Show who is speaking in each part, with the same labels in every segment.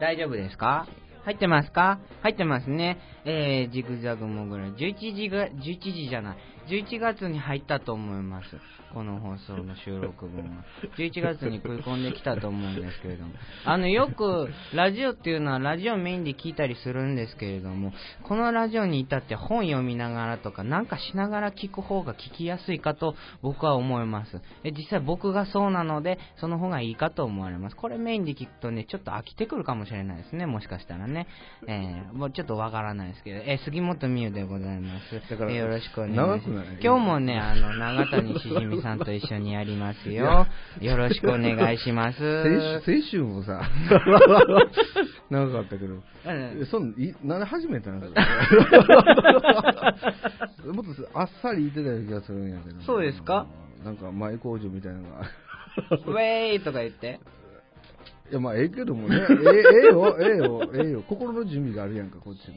Speaker 1: 大丈夫ですか入ってますか入ってますね。えー、ジグザグモグラ。11時が、11時じゃない。11月に入ったと思います。この放送の収録分は。11月に食い込んできたと思うんですけれども。あの、よく、ラジオっていうのはラジオメインで聞いたりするんですけれども、このラジオに至って本読みながらとか、なんかしながら聞く方が聞きやすいかと僕は思います。え、実際僕がそうなので、その方がいいかと思われます。これメインで聞くとね、ちょっと飽きてくるかもしれないですね。もしかしたらね。えー、もうちょっとわからないですけど。え、杉本美優でございます。
Speaker 2: だから
Speaker 1: えよろしくお願いします。
Speaker 2: 長くない
Speaker 1: 今日もね、あの、長谷しじみさんと一緒にやりますよ。よろしくお願いします。
Speaker 2: 先週、先週 もさ、長かったけど、
Speaker 1: うん
Speaker 2: そんいなんで始め たのもっとあっさり言ってたような気がするんやけど。
Speaker 1: そうですか
Speaker 2: なんか前工場みたいな のが。
Speaker 1: ウェーイとか言って。
Speaker 2: いや、まあ、ええけどもね。ええええよ、ええよ、ええよ。心の準備があるやんか、こっちも。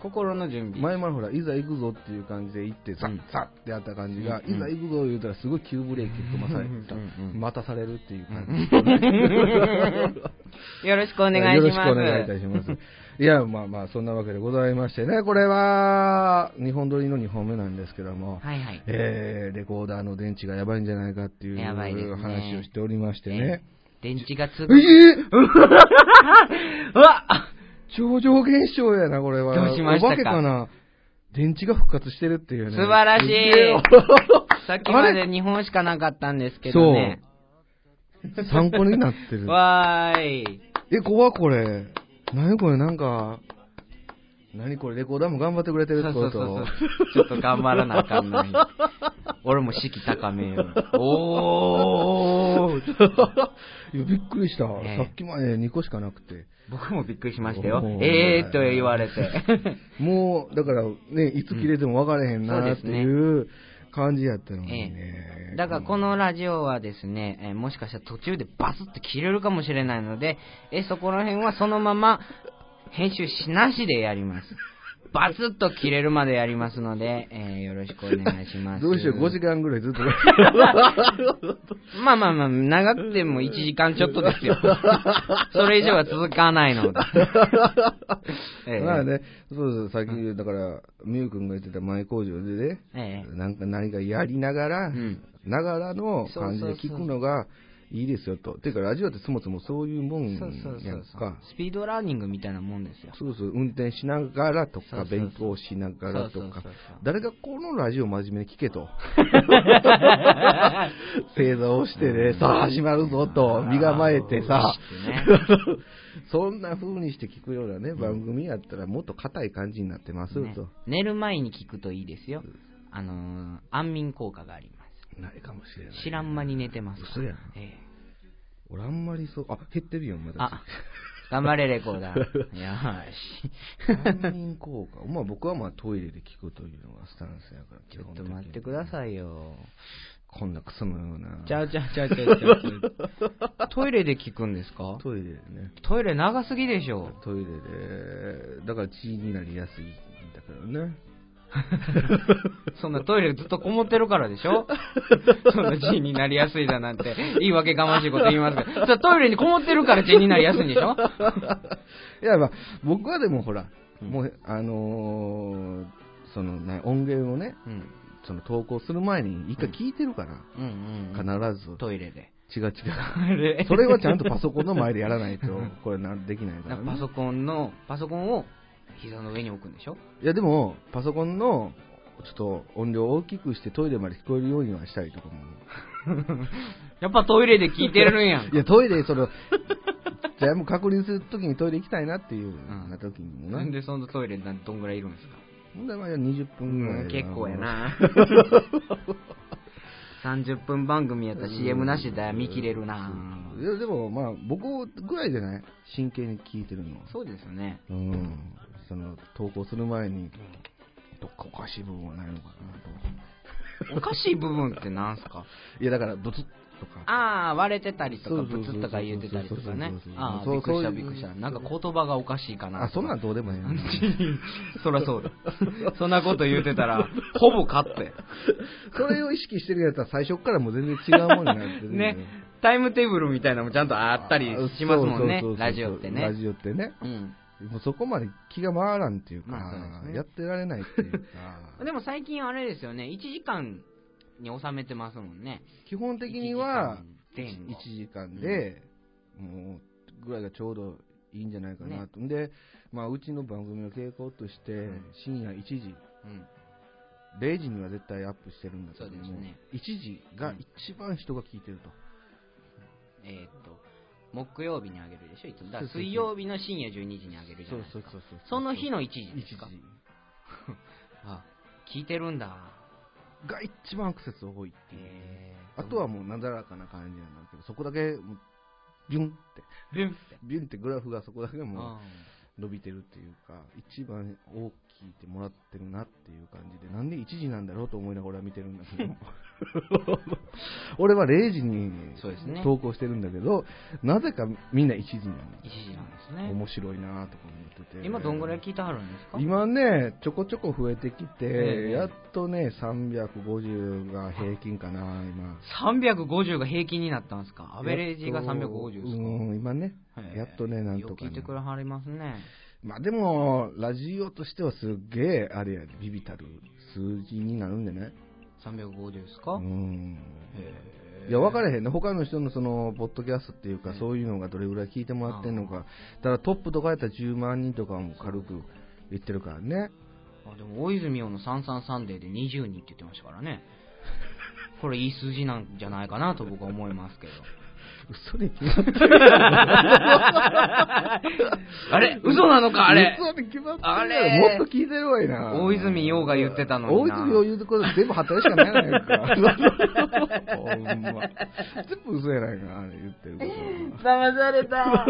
Speaker 1: 心の準備。
Speaker 2: 前までほら、いざ行くぞっていう感じで行って、ザ
Speaker 1: う
Speaker 2: ッ
Speaker 1: ん
Speaker 2: ザッってやった感じが、
Speaker 1: うん
Speaker 2: いざ行くぞ言うたらすごい急ブレーキ踏まされた
Speaker 1: うんうんうん
Speaker 2: 待たされるっていう感じ。
Speaker 1: よろしくお願いします。
Speaker 2: よろしくお願いいた します。いや、まあまあ、そんなわけでございましてね、これは、日本撮りの2本目なんですけども、
Speaker 1: はいはい。
Speaker 2: えーレコーダーの電池がやばいんじゃないかっていう
Speaker 1: やばいですね
Speaker 2: 話をしておりまして
Speaker 1: え
Speaker 2: ね。
Speaker 1: 電池がつ
Speaker 2: え
Speaker 1: く。
Speaker 2: ー
Speaker 1: うわっ
Speaker 2: 超常現象やな、これは。
Speaker 1: どうしましたか
Speaker 2: お化けかな。電池が復活してるっていうね。
Speaker 1: 素晴らしい
Speaker 2: すげえわ
Speaker 1: さっきま
Speaker 2: あ
Speaker 1: で2本しかなかったんですけどね。
Speaker 2: れ参考になってる。
Speaker 1: わーい。
Speaker 2: え、怖っこれ。何これ、なんか、何これ、レコーダーも頑張ってくれてるってこと
Speaker 1: ちょっと頑張らなあかんない。俺も士気高めよ。おー。
Speaker 2: いや、びっくりした。
Speaker 1: ええ
Speaker 2: さっきまで2個しかなくて。
Speaker 1: 僕もびっくりしましたよ
Speaker 2: お。ー
Speaker 1: えーっと言われて。
Speaker 2: もう、だから、ね、いつ切れても分からへん
Speaker 1: うんそ
Speaker 2: な
Speaker 1: う
Speaker 2: っ
Speaker 1: です
Speaker 2: て
Speaker 1: ね
Speaker 2: いう感じやったのにね。
Speaker 1: だからこのラジオはですね、えーもしかしたら途中でバスって切れるかもしれないので、えーそこら辺はそのまま編集しなしでやり ます。バツッと切れるまでやりますので、えーよろしくお願いします。
Speaker 2: どうしよう、5時間ぐらいずっと。
Speaker 1: まあまあまあ、長くても1時間ちょっとです よ。それ以上は続かないので。 ええ
Speaker 2: まあね、そうそう、さっき、だから、みゆくんが言ってた前工場でね、
Speaker 1: え
Speaker 2: なんか何かやりながら、
Speaker 1: うん
Speaker 2: ながらの感じで聞くのがいいですよと。ていうか、ラジオってそもそもそういうもん
Speaker 1: え
Speaker 2: やんか。
Speaker 1: そうそうそうそう。スピードラーニングみたいなもんですよ。
Speaker 2: そうそう、運転しながらと
Speaker 1: そうそ
Speaker 2: か、
Speaker 1: うそう
Speaker 2: 勉強しながらと
Speaker 1: そうそう
Speaker 2: か
Speaker 1: そうそう、
Speaker 2: 誰がこのラジオ真面目に聞 けと。正座をしてね、さあ始まるぞと、身構えてさ
Speaker 1: あーそう、
Speaker 2: そんな風にして聞くようなね、番組やったらもっと硬い感じになってます
Speaker 1: ね
Speaker 2: と。
Speaker 1: 寝る前に聞くといいですよ。あのー安眠効果があります。
Speaker 2: ないかもしれない。
Speaker 1: 知らん間に寝てますから。
Speaker 2: 嘘やん
Speaker 1: ええ
Speaker 2: 俺あんまりそう、あ、減ってるよ、まだ。
Speaker 1: あ、頑張れレコー ダー。よーし。
Speaker 2: 安眠効果。まあ僕はまあトイレで聞くというのがスタンスやから、
Speaker 1: ちょっと待ってくだ
Speaker 2: い。
Speaker 1: さいよ。
Speaker 2: こんなクソのような。
Speaker 1: ちゃうちゃうちゃうちゃうちゃうちゃう。トイレで聞くんですか
Speaker 2: トイレでね。
Speaker 1: トイレ長すぎでしょ。
Speaker 2: トイレで、だから血になりやすいんだけどね。
Speaker 1: そんなトイレずっとこもってるからでしょそんな G になりやすいだなんて、言い訳がましいこと言いますけど、それトイレにこもってるから G になりやすいんでしょ
Speaker 2: いや、まあ、僕はでもほら、
Speaker 1: うん
Speaker 2: もう、あのーそのね、音源をね、
Speaker 1: うん。
Speaker 2: その投稿する前に一回聞いてるから、
Speaker 1: うんうん、うん。
Speaker 2: 必ず。
Speaker 1: トイレで。
Speaker 2: 違う違
Speaker 1: あれ
Speaker 2: う。それはちゃんとパソコンの前でや らないと、これな、できないから、
Speaker 1: なんかパソコンの、パソコンを膝の上に置くんでしょ
Speaker 2: いや、でも、パソコンの、ちょっと音量を大きくしてトイレまで聞こえるようにはしたりとかも。
Speaker 1: やっぱトイレで聞いてるんやん
Speaker 2: いや、トイレ、その、じゃあもう確認するときにトイレ行きたいなっていう、な時にもな。
Speaker 1: なんでそのトイレなんどんぐらいいるんですか
Speaker 2: 問題は20分ぐらい、
Speaker 1: うん結構や。 な30分番組やったら CM なしで見切れるな
Speaker 2: そういやでもまあ僕ぐらいじゃない真剣に聞いてるのは
Speaker 1: そうですね
Speaker 2: うんその投稿する前にどっかおかしい部分はないのかなと
Speaker 1: おかしい部分ってなんすか
Speaker 2: いやだからブツッとか
Speaker 1: ああ割れてたりと
Speaker 2: そ
Speaker 1: か
Speaker 2: うそうそう
Speaker 1: ブツッとか言ってたりとかね
Speaker 2: そうそうそうそう
Speaker 1: ああ
Speaker 2: そう
Speaker 1: びっくりした
Speaker 2: そう
Speaker 1: び
Speaker 2: いう
Speaker 1: っくりしたなんか言葉がおかしいかな
Speaker 2: あそんなんどうでもいい
Speaker 1: そらそうだそんなこと言うてたらほぼ勝って
Speaker 2: それを意識してるやつは最初っからもう全然違うもんになってるん で
Speaker 1: ねタイムテーブルみたいなのもちゃんとあったりしますもんね
Speaker 2: そうそうそうそう、
Speaker 1: ラジオってね。
Speaker 2: ラジオってね。
Speaker 1: うん。
Speaker 2: もうそこまで気が回らんっていうか、
Speaker 1: まあそうですね、
Speaker 2: やってられないっていう か
Speaker 1: でも最近あれですよね、1時間に収めてますもんね。
Speaker 2: 基本的には
Speaker 1: 1
Speaker 2: 1
Speaker 1: 時間前後
Speaker 2: 時間で、もう、ぐらいがちょうどいいんじゃないかなと。で、まあ、うちの番組の傾向として、
Speaker 1: うん
Speaker 2: 深夜1時、
Speaker 1: うん。
Speaker 2: 0時には絶対アップしてるんだけども、
Speaker 1: そうですね
Speaker 2: 1時が一番人が聞いてると。
Speaker 1: えーっと、木曜日にあげるでしょ、いつも。だから
Speaker 2: そうそうそう
Speaker 1: 水曜日の深夜12時にあげるじゃないですか。その日の1時
Speaker 2: 1
Speaker 1: で
Speaker 2: 時
Speaker 1: すか。あ、聞いてるんだ。
Speaker 2: が一番アクセス多いっていう。
Speaker 1: えー
Speaker 2: あとはもうなだらかな感じなんだけど、そこだけ、もうビュンって、
Speaker 1: ビュンって。
Speaker 2: ビュンってグラフがそこだけも
Speaker 1: あ
Speaker 2: う伸びてるっていうか、一番大きいってもらってるなっていう感じで、なんで1時なんだろうと思いながら俺は見てるん だけど、俺は0時に
Speaker 1: そうですね
Speaker 2: 投稿してるんだけど、なぜかみんな1時なん
Speaker 1: ー1時なんです
Speaker 2: だ。
Speaker 1: ね。
Speaker 2: 面白いなとか思ってて。
Speaker 1: 今どんぐらい聞いてはるんですか
Speaker 2: 今ね、ちょこちょこ増えてきて、
Speaker 1: ええ
Speaker 2: やっとね、350が平均かな、今。
Speaker 1: 350が平均になったんですかアベレージが350ですか、
Speaker 2: うん、今ね、やっとね、なん
Speaker 1: よ
Speaker 2: と
Speaker 1: く
Speaker 2: か
Speaker 1: 聞いて
Speaker 2: ね。
Speaker 1: くれはりますね。
Speaker 2: まあでも、ラジオとしてはすっげえ、あれやで、ビビたる数字になるんじゃない
Speaker 1: 350です
Speaker 2: う
Speaker 1: か、
Speaker 2: ん。
Speaker 1: へー
Speaker 2: いや、分かれへんね。他の人のその、ポッドキャストっていうか、
Speaker 1: うん
Speaker 2: そういうのがどれぐらい聞いてもらってんのか。ただトップとかやったら10万人とかはもう軽く言ってるからね。
Speaker 1: あでも、大泉洋の333デーで20人って言ってましたからね。これいい数字なんじゃないかなと僕は思いますけど。
Speaker 2: 嘘に決まってる。
Speaker 1: あれ嘘なのかあれ
Speaker 2: 嘘に決まってる
Speaker 1: あれ
Speaker 2: もっと聞いてるわいな。
Speaker 1: 大泉洋が言ってたのに
Speaker 2: 大
Speaker 1: な
Speaker 2: 泉洋言うてこと全部働きしかないやない か。 ほんま。全部嘘やないか、あれ言ってるこ
Speaker 1: 騙された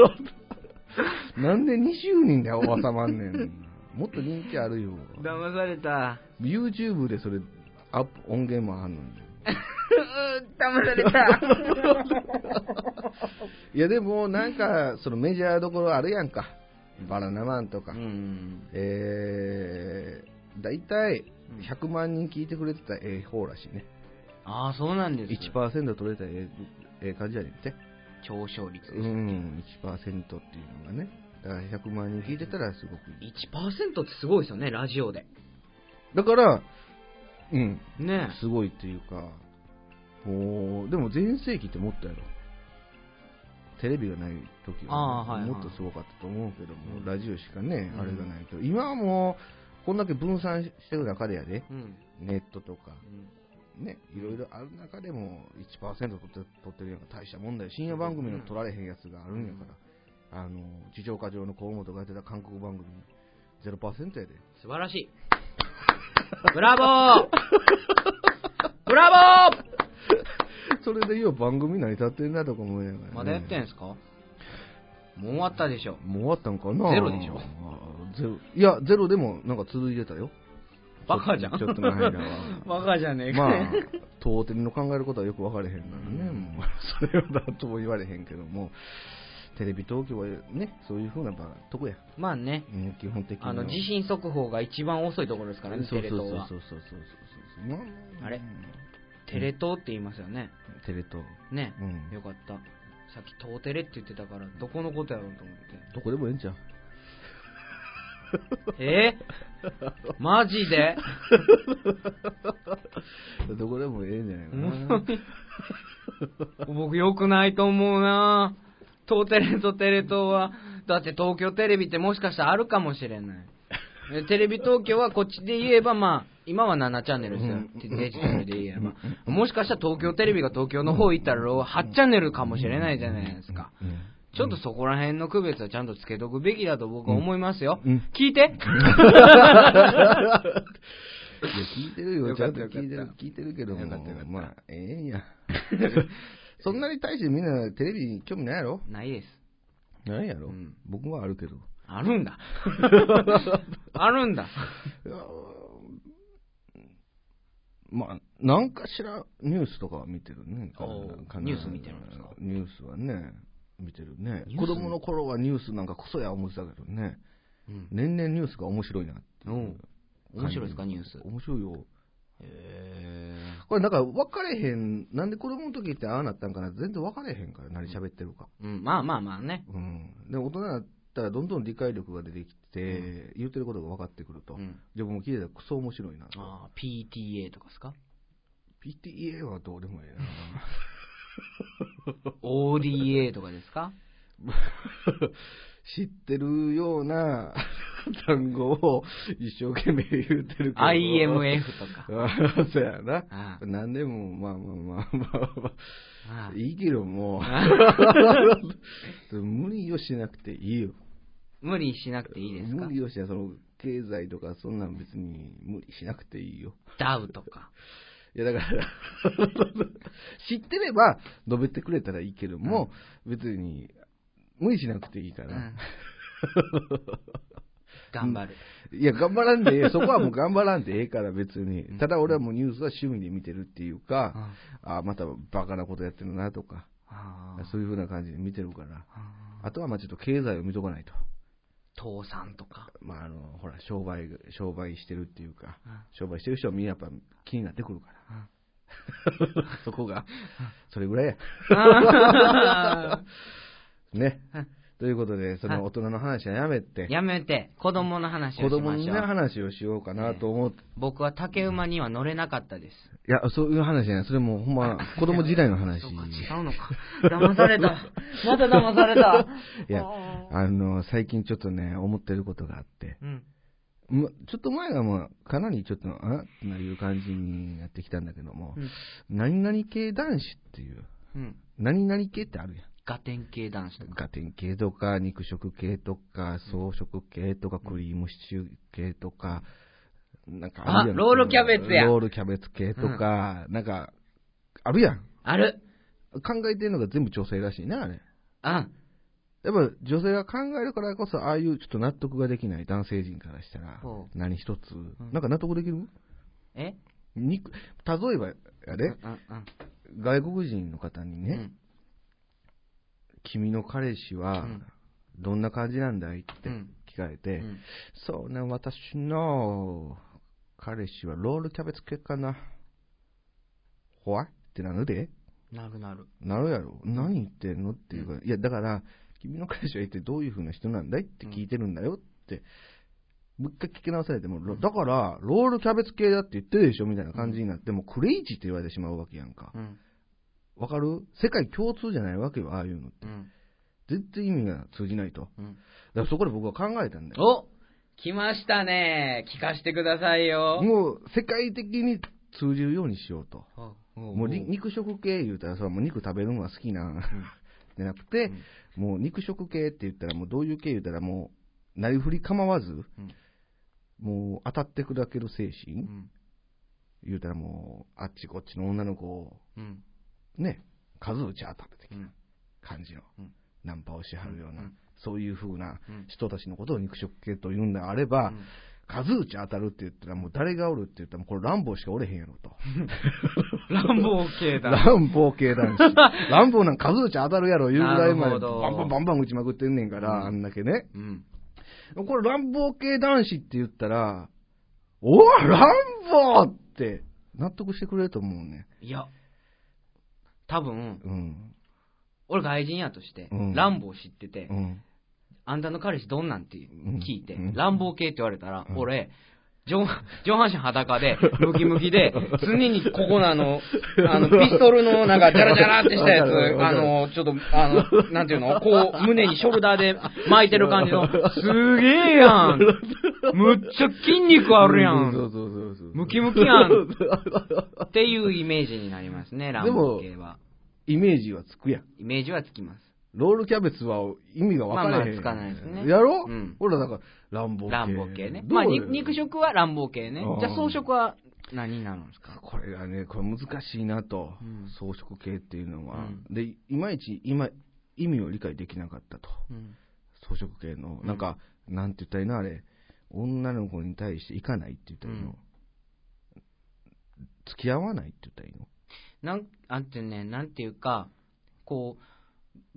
Speaker 2: と。なんで20人で収まんねん。もっと人気あるよ。
Speaker 1: 騙された
Speaker 2: YouTube でそれ、アップ、音源もあんのに。
Speaker 1: 騙された
Speaker 2: いやでも、なんか、そのメジャーどころあるやんか。バナナマンと か。
Speaker 1: うん。
Speaker 2: えー、大体
Speaker 1: うん
Speaker 2: 100万人聞いてくれてたらええ方らしいね。
Speaker 1: ああ、そうなんです。
Speaker 2: 1%取れたらええええ感じやねんって。
Speaker 1: 上昇率です。
Speaker 2: うん、1%っていうのがね。だから100万人聞いてたらすごくいい。
Speaker 1: 1%ってすごいですよね、ラジオで。
Speaker 2: だから、うん、
Speaker 1: ね
Speaker 2: すごいっていうか、もう、でも全盛期ってもっとやろ。テレビがない時
Speaker 1: あ
Speaker 2: は
Speaker 1: ーはいはい
Speaker 2: もっとすごかったと思うけど
Speaker 1: う
Speaker 2: も
Speaker 1: ん、
Speaker 2: ラジオしかね
Speaker 1: う、ん
Speaker 2: あれがないけど、今はもう、こんだけ分散してる中でやで、
Speaker 1: え。うん。
Speaker 2: ネットとか、
Speaker 1: うん
Speaker 2: ね、いろいろある中でも1%取って取ってるやんか大した問題深夜番組の取られへんやつがあるんやから、あの地上波上の河本がやってた韓国番組0%やで
Speaker 1: 素晴らしい。ブラボーブラボー
Speaker 2: それでよう番組成り立ってんなとか思いながらね、
Speaker 1: まだやってんすかもう終わったでしょ。
Speaker 2: もう終わったんかな
Speaker 1: ゼロでしょ
Speaker 2: あーゼロいやゼロでもなんか続いてたよ
Speaker 1: バカじゃん。
Speaker 2: ちょっとの間 は
Speaker 1: バカじゃねえか。
Speaker 2: まあ、当店の考えることはよく分かれへんからね、もう、 それはなんとも言われへんけども、テレビ東京はね、そういうふうな場とこや、
Speaker 1: まあね。
Speaker 2: うん基本的には。
Speaker 1: あの、地震速報が一番遅いところですからね、
Speaker 2: そう
Speaker 1: テレ
Speaker 2: そう
Speaker 1: 東
Speaker 2: そう
Speaker 1: は
Speaker 2: そ。うそうそうそうま
Speaker 1: あれテレ東って言いますよね。
Speaker 2: テレ東。
Speaker 1: ね
Speaker 2: う。ん
Speaker 1: よかった。さっき東テレって言ってたから、どこのことやろうと思って。
Speaker 2: どこでもええんちゃう
Speaker 1: えー、マジで
Speaker 2: どこでもええんじゃないか
Speaker 1: おも
Speaker 2: な
Speaker 1: ろ。い 僕良くないと思うな東テレとテレ東はだって東京テレビってもしかしたらあるかもしれないえテレビ東京はこっちで言えばまあ今は7チャンネルですよ
Speaker 2: うん
Speaker 1: デジタルで言えばもしかしたら東京テレビが東京の方行ったら8チャンネルかもしれないじゃないですか
Speaker 2: うん
Speaker 1: ちょっとそこら辺の区別はちゃんとつけとくべきだと僕は思いますよ、
Speaker 2: うん
Speaker 1: 聞い て
Speaker 2: いや、聞いてるよ、
Speaker 1: よ
Speaker 2: ち
Speaker 1: かっ
Speaker 2: ゃんと
Speaker 1: た
Speaker 2: 聞いて
Speaker 1: よ
Speaker 2: る
Speaker 1: かっ、た
Speaker 2: 聞いてるけども
Speaker 1: よかったよかっ、た
Speaker 2: まあ、ええん や。そんなに対してみんなテレビに興味ないやろ
Speaker 1: ないです
Speaker 2: ないやろ、
Speaker 1: うん
Speaker 2: 僕はあるけど。
Speaker 1: ある んだあるんだ
Speaker 2: いやーまあ、なんかしらニュースとかは見てるね。
Speaker 1: おー
Speaker 2: 必ず
Speaker 1: ニュース見てるんですか
Speaker 2: ニュースはね、見てるね
Speaker 1: ニ。ュース
Speaker 2: 子供の頃はニュースなんかこそや思ってたけどね、
Speaker 1: うん
Speaker 2: 年々ニュースが面白いなっていう
Speaker 1: おう面白いですかニュース
Speaker 2: 面白いよ。
Speaker 1: へえ
Speaker 2: これだから分かれへん、なんで子供の時ってああなったんかな、全然分かれへんから、何喋ってるか。
Speaker 1: うん、まあまあまあね。
Speaker 2: うん。で、大人になったらどんどん理解力が出てきて、言ってることが分かってくると。
Speaker 1: うん
Speaker 2: でももう聞いてたらクソ面白いなと。
Speaker 1: ああ、PTA とかです か
Speaker 2: PTA はどうでもいいな。
Speaker 1: ?ODA とかです か
Speaker 2: 知ってるような単語を一生懸命言ってるけど。
Speaker 1: ?IMF とか。
Speaker 2: あーそうやな。
Speaker 1: ああ
Speaker 2: 何でも、まあまあまあまあま
Speaker 1: あ
Speaker 2: あ。
Speaker 1: あ
Speaker 2: いいけども う、無理をしなくていいよ。
Speaker 1: 無理しなくていいですか
Speaker 2: 無理をしなその、経済とかそんなん別に無理しなくていいよ。
Speaker 1: ダウとか。
Speaker 2: いやだから、 知ってれば述べてくれたらいいけども、別に無理しなくていいか
Speaker 1: う
Speaker 2: ら。
Speaker 1: ん頑張る。
Speaker 2: いや、頑張ら んでええ、そこはもう頑張らんでええから、別に
Speaker 1: う。ん
Speaker 2: ただ俺はもうニュースは趣味で見てるっていう
Speaker 1: う
Speaker 2: か、
Speaker 1: ん
Speaker 2: あまたバカなことやってるなとか、
Speaker 1: あ
Speaker 2: そういうふうな感じで見てるから。
Speaker 1: あ
Speaker 2: あとはまあちょっと経済を見とかないと。
Speaker 1: 倒産とか。
Speaker 2: まああの、ほら、商売、商売してるっていうか
Speaker 1: うん、
Speaker 2: 商売してる人はみんなやっぱ気になってく るから
Speaker 1: うん。
Speaker 2: そこが、それぐらいや。ね。ということで、その大人の話はやめて、
Speaker 1: やめて、子供の話を
Speaker 2: 子
Speaker 1: しま
Speaker 2: 供
Speaker 1: しょ
Speaker 2: の
Speaker 1: う。
Speaker 2: 話をしようかなと思って、
Speaker 1: 僕は竹馬には乗れなかったです。
Speaker 2: いや、そういう話じゃない。それもうほんま、子供時代の話。
Speaker 1: そうか、違うのか。騙された。また騙された。
Speaker 2: いや
Speaker 1: あ、
Speaker 2: あの、最近ちょっとね、思ってることがあって、
Speaker 1: うん。
Speaker 2: ま、ちょっと前がまあ、かなりちょっと、あってないう感じになってきたんだけども、
Speaker 1: うん
Speaker 2: 何々系男子っていう、
Speaker 1: うん。
Speaker 2: 何々系ってあるやん。
Speaker 1: ガテン系男子とか。
Speaker 2: ガテン系とか、肉食系とか、草食系とか、クリームシチュー系とか、なんかるやん
Speaker 1: あロールキャベツや
Speaker 2: ロールキャベツ系とか、なんか、あるやん。
Speaker 1: ある
Speaker 2: 考えてるのが全部女性らしいな、あ
Speaker 1: う
Speaker 2: れ。
Speaker 1: ん。
Speaker 2: やっぱ女性が考えるからこそ、ああいうちょっと納得ができない男性陣からしたら
Speaker 1: ほ、う
Speaker 2: 何一つ、
Speaker 1: ん
Speaker 2: なんか納得できる
Speaker 1: え
Speaker 2: 肉例えば、や
Speaker 1: うん
Speaker 2: で、
Speaker 1: うんうん
Speaker 2: 外国人の方にね、君の彼氏は
Speaker 1: うん
Speaker 2: どんな感じなんだいって
Speaker 1: うん
Speaker 2: 聞かれ
Speaker 1: う
Speaker 2: て、
Speaker 1: ん。
Speaker 2: そうね、私の彼氏はロールキャベツ系かな。ほわいってなるで
Speaker 1: なるなる。
Speaker 2: なるやろ。何言ってんのっていうか、いや、だから、君の彼氏は一体どういう風な人なんだいって聞いてるんだよって、もう一回聞き直されても、ロだから、ロールキャベツ系だって言ってるでしょみたいな感じになって、もうクレイジーって言われてしまうわけやんか
Speaker 1: う。ん。
Speaker 2: わかる世界共通じゃないわけよ、ああいうの。
Speaker 1: うん。
Speaker 2: 全然意味が通じないと。
Speaker 1: うん。
Speaker 2: だからそこで僕は考えたんだよ。
Speaker 1: お来ましたね。聞かしてくださいよ。
Speaker 2: もう世界的に通じるようにしようと。
Speaker 1: も
Speaker 2: もうり肉食系言うたら、それはもう肉食べるのが好きな、じゃなくて、もう肉食系って言ったら、もうどういう系言ったら、もう、なりふり構わず、
Speaker 1: うん
Speaker 2: もう当たって砕ける精
Speaker 1: う
Speaker 2: 神、
Speaker 1: ん。
Speaker 2: 言うたらもう、あっちこっちの女の子を、
Speaker 1: うん。
Speaker 2: ね、数打ち当たって
Speaker 1: う
Speaker 2: き
Speaker 1: ん。
Speaker 2: た感じの、
Speaker 1: うん
Speaker 2: ナンパをしはるような、
Speaker 1: うん
Speaker 2: そういう風な
Speaker 1: うん
Speaker 2: 人たちのことを肉食系と言うんであれば、
Speaker 1: うん
Speaker 2: 数打ち当たるって言ったら、もう誰がおるって言ったら、もうこれ乱暴しかおれへんやろと。
Speaker 1: 乱暴系だ。
Speaker 2: 乱暴系男 子。乱暴なん数打ち当たるやろ、いうぐらいま
Speaker 1: なるほ
Speaker 2: で、
Speaker 1: ど
Speaker 2: バンバンバンバン打ちまくってんねんから、あんだけね。
Speaker 1: うん。
Speaker 2: これ乱暴系男子って言ったら、おお乱暴って、納得してくれると思うね。
Speaker 1: いや、多分、
Speaker 2: うん。
Speaker 1: 俺外人やとして、
Speaker 2: うん
Speaker 1: 乱暴知ってて、
Speaker 2: うん。
Speaker 1: あんたの彼氏どんなんって聞いて、
Speaker 2: うん
Speaker 1: 乱暴系って言われたら、俺、上上半身裸で、ムキムキ で、常にここのあの、あの、ピストルのなんか、ジャラジャラってしたやつ
Speaker 2: わかる、わ
Speaker 1: あ
Speaker 2: かる
Speaker 1: の、ちょっと、あの、なんていうの、こう、胸にショルダーで巻いてる感じの、すげえやんむっちゃ筋肉あるや
Speaker 2: そうんそうそうそう。
Speaker 1: ムキムキやんっていうイメージになりますね、乱暴系は。
Speaker 2: イメージはつくやん。
Speaker 1: イメージはつきます。
Speaker 2: ロールキャベツは意味が分からへん。
Speaker 1: まあまあつかないですね
Speaker 2: やろ、
Speaker 1: うん
Speaker 2: ほら、だから、乱暴系。
Speaker 1: 乱暴系ね。
Speaker 2: どう
Speaker 1: まあ、に肉食は乱暴系ね
Speaker 2: う。ん
Speaker 1: じゃあ、草食は何になるんですか
Speaker 2: これがね、これ難しいなと、
Speaker 1: うん
Speaker 2: 装飾系っていうのは、
Speaker 1: うん
Speaker 2: でいまいち今、意味を理解できなかったと、
Speaker 1: うん。
Speaker 2: 装飾系の、
Speaker 1: うん
Speaker 2: なんか、なんて言ったらいいの、あれ、女の子に対して行かないって言ったらいいの、
Speaker 1: うん
Speaker 2: 付き合わないって言ったらいいの、
Speaker 1: なん、あんてね、なんていうか、こう、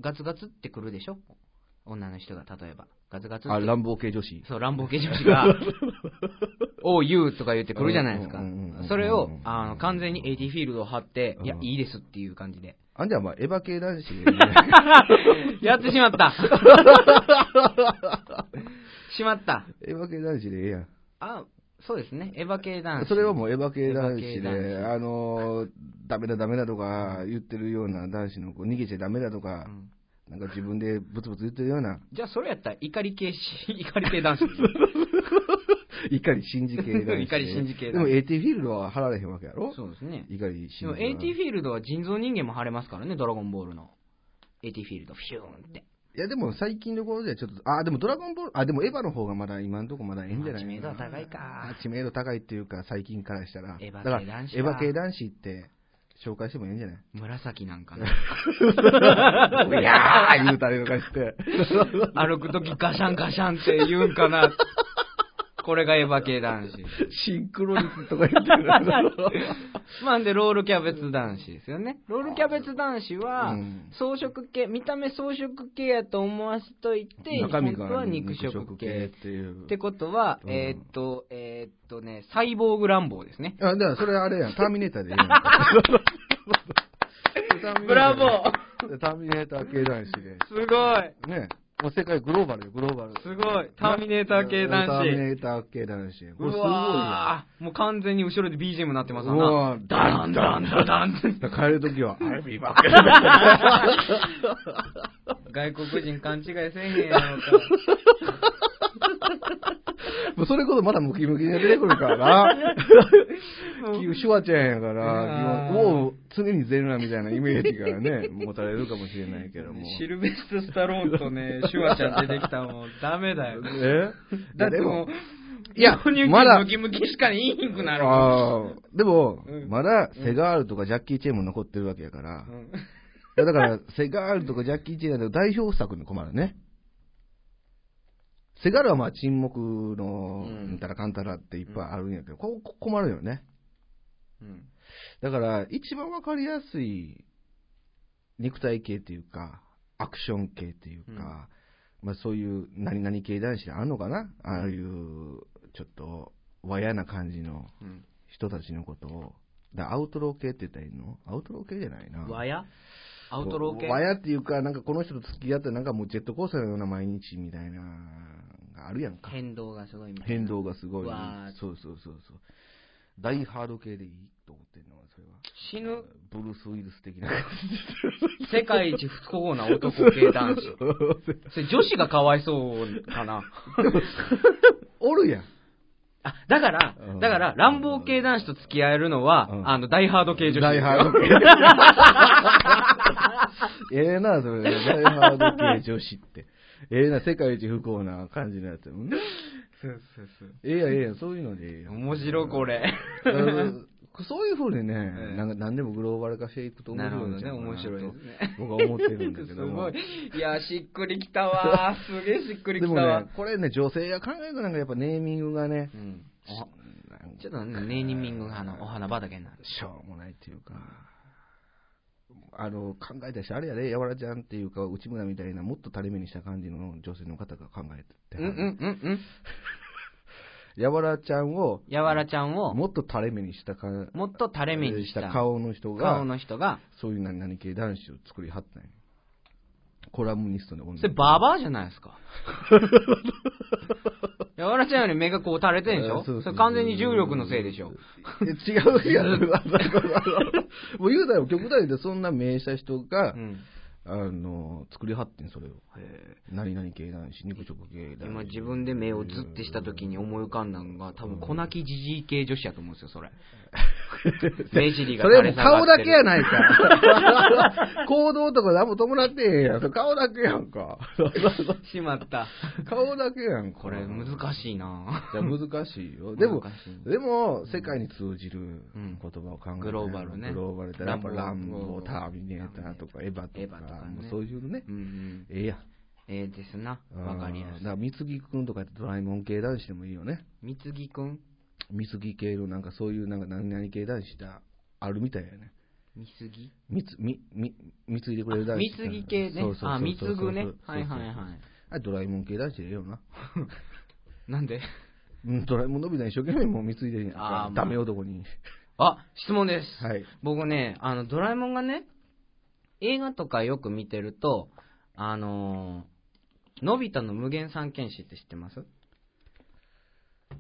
Speaker 1: ガツガツってくるでしょ女の人が例えば、ガツガツっ
Speaker 2: あ、
Speaker 1: て
Speaker 2: 乱暴系女子。
Speaker 1: そう、乱暴系女子が、 おう、言うとか言ってくるじゃないですか
Speaker 2: うんうんうんうんうん。
Speaker 1: それを、あの、完全に AT フィールドを張って
Speaker 2: う、ん
Speaker 1: いや、いいですっていう感じで。
Speaker 2: あんじゃまあ、エヴァ系男子で、
Speaker 1: やってしま った。しまった。
Speaker 2: エヴァ系男子でええやん。
Speaker 1: あ、そうですね。エヴァ系男子。
Speaker 2: それはもうエヴァ系男子
Speaker 1: エヴァ系
Speaker 2: で、あのー、ダメだダメだとか言ってるような男子の子、逃げちゃダメだとか
Speaker 1: う、ん
Speaker 2: なんか自分でブツブツ言ってるよ うな、
Speaker 1: じゃあ、それやったら、怒り系し、 怒り系男子。
Speaker 2: 怒り信じ系男子で。
Speaker 1: 怒り信じ系
Speaker 2: で
Speaker 1: 男
Speaker 2: も
Speaker 1: 子
Speaker 2: AT フィールドは貼られへんわけやろ
Speaker 1: そうですね。
Speaker 2: 怒り信じ
Speaker 1: でも、AT フィールドは人造人間も晴れますからね、ドラゴンボールの。AT フィールド、フィューンって。
Speaker 2: いやでも最近のことではちょっと、あ、でもドラゴンボール、あ、でもエヴァの方がまだ今のとこまだいいんじゃな
Speaker 1: まあ
Speaker 2: い
Speaker 1: 知名度は高いか。
Speaker 2: 知名度高いっていうか最近からしたら。
Speaker 1: エヴァ系
Speaker 2: だから
Speaker 1: 男子か
Speaker 2: エヴァ系男子って紹介してもいいんじ ゃない
Speaker 1: 紫なんかな。
Speaker 2: いやー言うたりとかして。
Speaker 1: 歩くときガシャンガシャンって言うんかな。これがエヴァ系 男子。
Speaker 2: シンクロ率とか言ってるな
Speaker 1: まあんで、ロールキャベツ男子ですよね。ロールキャベツ男子は
Speaker 2: うん、
Speaker 1: 装飾系、見た目装飾系やと思わせといて、本当は肉食系。
Speaker 2: っていう
Speaker 1: ってことは、
Speaker 2: うん
Speaker 1: えーっと、えーっとね、サイボーグ乱暴ですね。
Speaker 2: あ、だからそれあれやん、ターミネーターでいいやん ターミネーターで。
Speaker 1: ブラボー
Speaker 2: ターミネーター系男子です
Speaker 1: ごい
Speaker 2: ね、もう世界グローバルよ、グローバル。
Speaker 1: すごいターミネーター系男子
Speaker 2: ターミネーター系男子。
Speaker 1: う
Speaker 2: これすごいよ。
Speaker 1: わーもう完全に後ろで BGM なってますわ
Speaker 2: うわ
Speaker 1: な。
Speaker 2: ー
Speaker 1: ダンダンダンダンって。
Speaker 2: 帰るとき は、I'll be back
Speaker 1: 外国人勘違いせえへんやろ か。
Speaker 2: もうそれこそまだムキムキで出てくるか らな。シュワちゃんやから、
Speaker 1: うわー
Speaker 2: もう常にゼルナみたいなイメージがね、持たれるかもしれないけども。
Speaker 1: シルベスト・スタローンと ね、シュワちゃん出てきたらもうダメだよ。
Speaker 2: え
Speaker 1: だってもう、
Speaker 2: いや
Speaker 1: 購入金
Speaker 2: まだ
Speaker 1: ムキムキしかいいんくなるわ。
Speaker 2: あーでも、
Speaker 1: うん
Speaker 2: まだセガールとかジャッキー・チェーンも残ってるわけやから
Speaker 1: う、ん
Speaker 2: いやだから、 セガールとかジャッキー・チェーンだと代表作に困るね。セガールはまあ沈黙の、
Speaker 1: うん
Speaker 2: みたらかんたらっていっぱいあるんやけど、ここ困るよね。だから、一番わかりやすい肉体系というか、アクション系というか、まあそういう何々系男子あるのかなああいう、ちょっと、和やな感じの
Speaker 1: うん
Speaker 2: 人たちのことを。だアウトロー系って言ったらいいのアウトロー系じゃないな。
Speaker 1: 和やアウトロー系
Speaker 2: 和やっていうか、なんかこの人と付き合って、なんかもうジェットコースターのような毎日みたいな、があるやんか。
Speaker 1: 変動がすごいみたいな。
Speaker 2: 変動がすごい。
Speaker 1: わー
Speaker 2: そうそうそうそう。大ハード系でいいと思ってるのは、それは。
Speaker 1: 死ぬ
Speaker 2: ブルース・ウィルス的な
Speaker 1: 世界一不幸な男系男子。 それ女子がかわいそうかな。
Speaker 2: おるやん。
Speaker 1: あ、だから
Speaker 2: うん、
Speaker 1: だから、乱暴系男子と付き合えるのは、
Speaker 2: うん
Speaker 1: あの、ダイハード系女子。
Speaker 2: 大ハー ド系。ええな、それ。大ハード系女子って。ええな、世界一不幸な感じのやつやもんね。
Speaker 1: そうそうそう。
Speaker 2: ええやん、ええやん、そういうのでええやん
Speaker 1: 面白いこれ。
Speaker 2: だからそういうふうにね、
Speaker 1: ええ
Speaker 2: なんか何でもグローバル化していくと
Speaker 1: な
Speaker 2: 面
Speaker 1: る
Speaker 2: 白
Speaker 1: ほ
Speaker 2: い
Speaker 1: ど
Speaker 2: んち
Speaker 1: ね、
Speaker 2: ゃうかな
Speaker 1: 面白いですね。
Speaker 2: と僕は思ってるんだ け
Speaker 1: す
Speaker 2: ど
Speaker 1: ご
Speaker 2: も。
Speaker 1: い。いや、しっくりきたわー。すげえしっくり
Speaker 2: で
Speaker 1: きた
Speaker 2: も
Speaker 1: わ。
Speaker 2: ね、これね、女性が考えるとなんかやっぱネーミングがね、
Speaker 1: うん、
Speaker 2: なんか
Speaker 1: ちょっとね、ネーニミングがあのお花畑になる。
Speaker 2: しょうもないっていうか、あの、考えた人、あれやで、やわらちゃんっていうか、内村みたいな、もっと垂れ目にした感じの女性の方が考えて
Speaker 1: う
Speaker 2: て、
Speaker 1: んうんうんうん。
Speaker 2: やわらちゃんを、
Speaker 1: やわらちゃんを、
Speaker 2: もっと垂れ目にしたか、
Speaker 1: もっと垂れ目にした
Speaker 2: 顔の人が、
Speaker 1: 顔の人が、
Speaker 2: そういう何々系男子を作りはったんや。コラムニストの女の
Speaker 1: そ
Speaker 2: 子
Speaker 1: れババアじゃないです か。やわらちゃんより目がこう垂れてんでしょ
Speaker 2: あそうそう
Speaker 1: それ完全に重力のせいでしょ。
Speaker 2: え違う やんもう言うたら極端でそんな名した人が、
Speaker 1: うん。
Speaker 2: あの作りはってんそれを何々系男子肉食系男子
Speaker 1: 今自分で目をズってした時に思い浮かんだのが、多分、粉木じじい系女子やと思うんですよ、それ。 目尻が
Speaker 2: そ
Speaker 1: 垂れ
Speaker 2: れも
Speaker 1: 下がってる
Speaker 2: 顔だけやな いか行動とか何も伴ってへんやんそれ顔だけやんか
Speaker 1: しまった。
Speaker 2: 顔だけやんか
Speaker 1: これ難しいない
Speaker 2: や難しい よでも
Speaker 1: 難しい
Speaker 2: でも世界に通じる
Speaker 1: うん
Speaker 2: 言葉を考えたら
Speaker 1: グローバルね
Speaker 2: グローバルでやっぱ
Speaker 1: ラ
Speaker 2: ラ
Speaker 1: ン
Speaker 2: ン
Speaker 1: ボ
Speaker 2: ボ
Speaker 1: ー
Speaker 2: ーターミネーターとかエヴァとか
Speaker 1: エヴァとかね
Speaker 2: もうそういうね
Speaker 1: うんうん。
Speaker 2: ええや
Speaker 1: ええですな。
Speaker 2: ん
Speaker 1: わかりや
Speaker 2: うん
Speaker 1: すい。
Speaker 2: だから三木君とかってドラえもん系男子でもいいよね
Speaker 1: 三つぎくん
Speaker 2: 三木系のなんかそういうなんか何々系男子ってあるみたいやね
Speaker 1: 三つぎ
Speaker 2: 三つみみ貢いでくれる男子
Speaker 1: 三つぎ系ね
Speaker 2: そうそうそう。そう
Speaker 1: あ、三つぐね
Speaker 2: そう。そう
Speaker 1: はいはいはい。
Speaker 2: あれドラえもん系男子でええよな。
Speaker 1: なんで
Speaker 2: うん、ドラえもんのび太一生懸命もう貢いでるやん
Speaker 1: あー
Speaker 2: か。ダメ男に。
Speaker 1: あ、質問です。
Speaker 2: はい。
Speaker 1: 僕ね、あの、ドラえもんがね、映画とかよく見てると、あのーのび太の無限三剣士って知ってます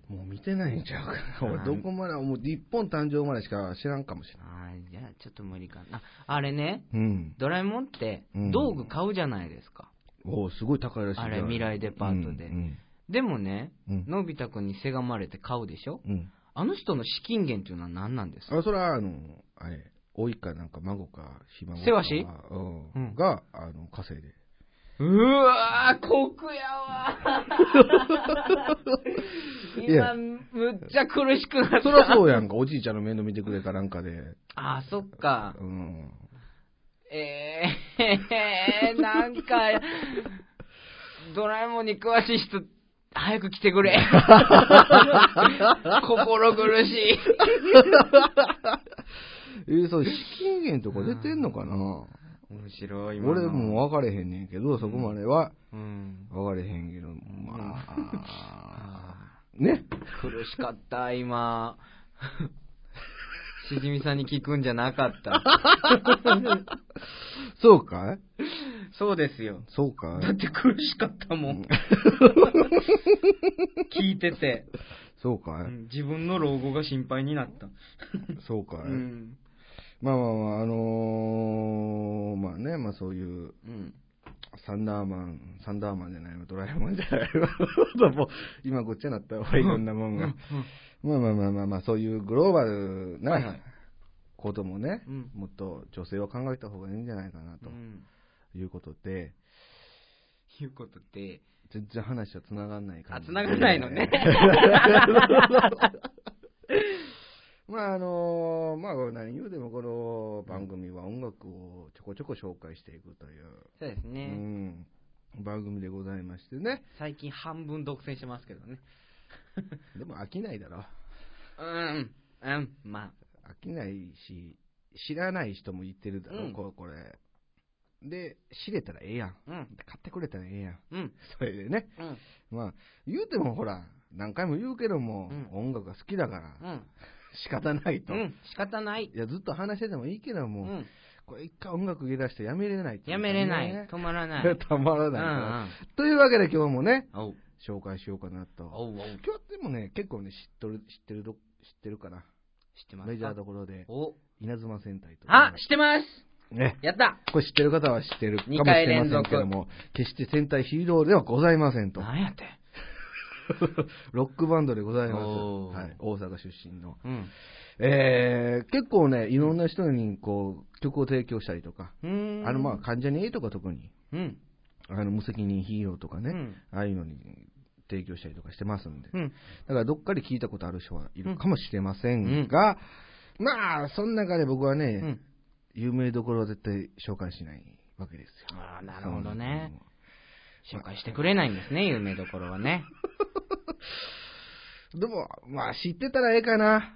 Speaker 2: もう見てないんちゃうかな。
Speaker 1: あ
Speaker 2: 俺
Speaker 1: ー
Speaker 2: どこまで、もう日本誕生までしか知らんかもしれない。
Speaker 1: あーじゃあちょっと無理かな。ああれね、
Speaker 2: うん。
Speaker 1: ドラえもんって
Speaker 2: うん
Speaker 1: 道具買うじゃないですか。
Speaker 2: おおすごい高いらしい
Speaker 1: あれ、未来デ
Speaker 2: デ
Speaker 1: パートで。
Speaker 2: うん。
Speaker 1: でもね、
Speaker 2: うん。
Speaker 1: のび太くんにせがまれて買うでしょ
Speaker 2: うん。
Speaker 1: あの人の資金源っていうのは何なんですか
Speaker 2: あそれは、あの、あれ、おいかなんか孫か、ひ孫か。
Speaker 1: せわし
Speaker 2: うん
Speaker 1: うん
Speaker 2: が、あの、稼いで。
Speaker 1: うわー、酷やわ
Speaker 2: いや
Speaker 1: 今、むっちゃ苦しくなっ
Speaker 2: そりゃ
Speaker 1: た。
Speaker 2: そうやんか、おじいちゃんの面倒見てくれかなんかで。
Speaker 1: あー、そっか。
Speaker 2: うん。
Speaker 1: えー、なんか、ドラえもんに詳しい人、早く来てく れ。心苦しい。
Speaker 2: えー、そう、資金源とか出てんのかな
Speaker 1: 面白い
Speaker 2: 俺もう分かれへんねんけど、そこまでは
Speaker 1: うん。
Speaker 2: 分かれへんけど、まあ、ね。
Speaker 1: 苦しかった、今。しじみさんに聞くんじゃなかった。
Speaker 2: そうかい
Speaker 1: そうですよ。
Speaker 2: そうか
Speaker 1: だっ
Speaker 2: い
Speaker 1: て苦しかったもん。聞いてて、
Speaker 2: そうか
Speaker 1: う
Speaker 2: い
Speaker 1: ん自分の老後が心配になった。
Speaker 2: そうかい
Speaker 1: うん。
Speaker 2: まあまあまあ、あのー、まあね、まあそういう、
Speaker 1: うん。
Speaker 2: サンダーマン、サンダーマンじゃないわ、ドラえもんじゃないわ。もう今ごっちゃになったわ、いろんなもんが。まあまあまあまあまあ、そういうグローバル
Speaker 1: はいは
Speaker 2: ないこともね、
Speaker 1: うん
Speaker 2: もっと女性は考えた方がいいんじゃないかな、
Speaker 1: う
Speaker 2: と
Speaker 1: ん。
Speaker 2: いうことで、
Speaker 1: いうことで、
Speaker 2: 全然話は繋がんない感
Speaker 1: あ、
Speaker 2: じ。
Speaker 1: 繋がんないのね。
Speaker 2: まああのーまあ何言うでもこの番組は音楽をちょこちょこ紹介していくという、
Speaker 1: そうです
Speaker 2: う
Speaker 1: ね。
Speaker 2: ん、番組でございましてね。
Speaker 1: 最近半分独占してますけどね。
Speaker 2: でも飽きないだろ。
Speaker 1: うん、うん、ま
Speaker 2: 飽きないし、知らない人も言ってるだろ、
Speaker 1: うん
Speaker 2: これ、これ。で、知れたらええやん。
Speaker 1: あ、うん、
Speaker 2: 買ってくれたらええやん。
Speaker 1: うん、
Speaker 2: それでね。
Speaker 1: うん、
Speaker 2: まあ、言うてもほら、何回も言うけども、
Speaker 1: うん
Speaker 2: 音楽が好きだから、
Speaker 1: うん、
Speaker 2: 仕方ないと。
Speaker 1: うん、仕方ない。
Speaker 2: いや、ずっと話しててもいいけど
Speaker 1: う
Speaker 2: も、
Speaker 1: ん、
Speaker 2: これ一回音楽入れ出してやめれないってう
Speaker 1: や
Speaker 2: か
Speaker 1: め
Speaker 2: ね
Speaker 1: れない。 止まらない。
Speaker 2: たまら
Speaker 1: うん、
Speaker 2: な
Speaker 1: う
Speaker 2: いか
Speaker 1: ん。
Speaker 2: ら、というわけで今日もね、
Speaker 1: おう、
Speaker 2: 紹介しようかなと。
Speaker 1: おう、おう、
Speaker 2: 今日でもね、結構ね、知っとる、知ってるど、知ってるかな。
Speaker 1: 知ってますか
Speaker 2: メジャーどころで、
Speaker 1: お、
Speaker 2: 稲妻戦隊と。
Speaker 1: あ、知ってます
Speaker 2: ね。
Speaker 1: やった
Speaker 2: これ知ってる方は知ってるかもし
Speaker 1: 二
Speaker 2: れま
Speaker 1: 回
Speaker 2: せ
Speaker 1: 連
Speaker 2: ん
Speaker 1: 続
Speaker 2: けども、決して戦隊ヒーローではございませんと。
Speaker 1: なんやって。
Speaker 2: ロックバンドでございます。
Speaker 1: おー
Speaker 2: はい、大阪出身の。
Speaker 1: うん。
Speaker 2: えー、結構ね、いろんな人にこう、曲を提供したりとか、
Speaker 1: うーん。
Speaker 2: あの、まあ、、関ジャニエイとか特に、
Speaker 1: うん。
Speaker 2: あの、無責任ヒーローとかね、
Speaker 1: うん
Speaker 2: ああいうのに提供したりとかしてますんで、
Speaker 1: うん。
Speaker 2: だからどっかで聞いたことある人はいるかもしれませんが、まあ、その中で僕はね、
Speaker 1: うん。
Speaker 2: 有名どころは絶対紹介しないわけですよ。
Speaker 1: ああ、なるほどね。紹介してくれないんですね、有名どころはね。
Speaker 2: でも、まあ、知ってたらええかな。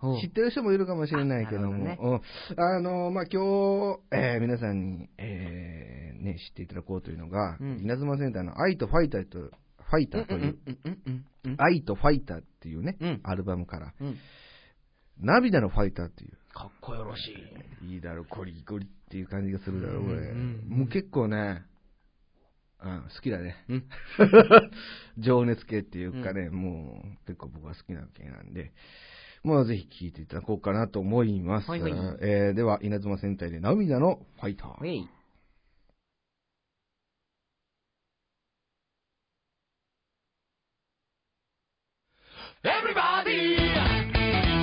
Speaker 1: おう
Speaker 2: 知ってる人もいるかもしれないけども。
Speaker 1: あなる
Speaker 2: うんあの、まあ、今日、えー皆さんに、えーね、知っていただこうというのが、
Speaker 1: うん
Speaker 2: 稲妻センターの愛とファイターと、ファイターという、
Speaker 1: うんうんうんうんうん
Speaker 2: 愛とファイターっていうね、
Speaker 1: うん
Speaker 2: アルバムから、
Speaker 1: うん。うん。
Speaker 2: 涙のファイターっていう。
Speaker 1: かっこよろしい。
Speaker 2: いいだろ、ゴリゴリっていう感じがするだろ、
Speaker 1: うん
Speaker 2: これ。
Speaker 1: うん
Speaker 2: もう結構ね、うん、好きだね。
Speaker 1: うん
Speaker 2: 情熱系っていうかね、もう結構僕は好きな系なんで、まあぜひ聴いていただこうかなと思います。
Speaker 1: はいはい
Speaker 2: えーでは、稲妻戦隊で涙のファイター。
Speaker 1: はい。
Speaker 3: Everybody!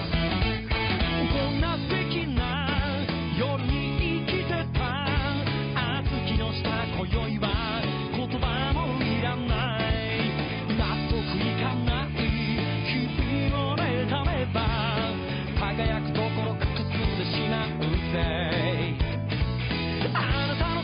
Speaker 3: 「こんな素敵な夜に生きてた」「厚木の下今宵は言葉もいらない」「納得いかない日々を目覚めば」「輝くところ隠すんでしまうぜ」「あなた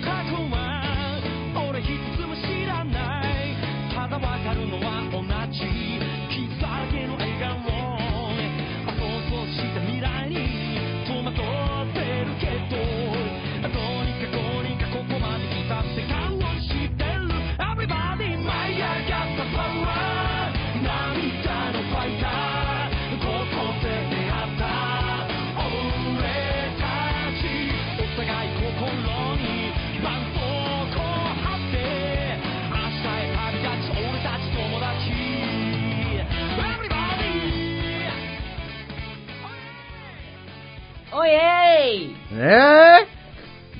Speaker 1: おいえい
Speaker 2: え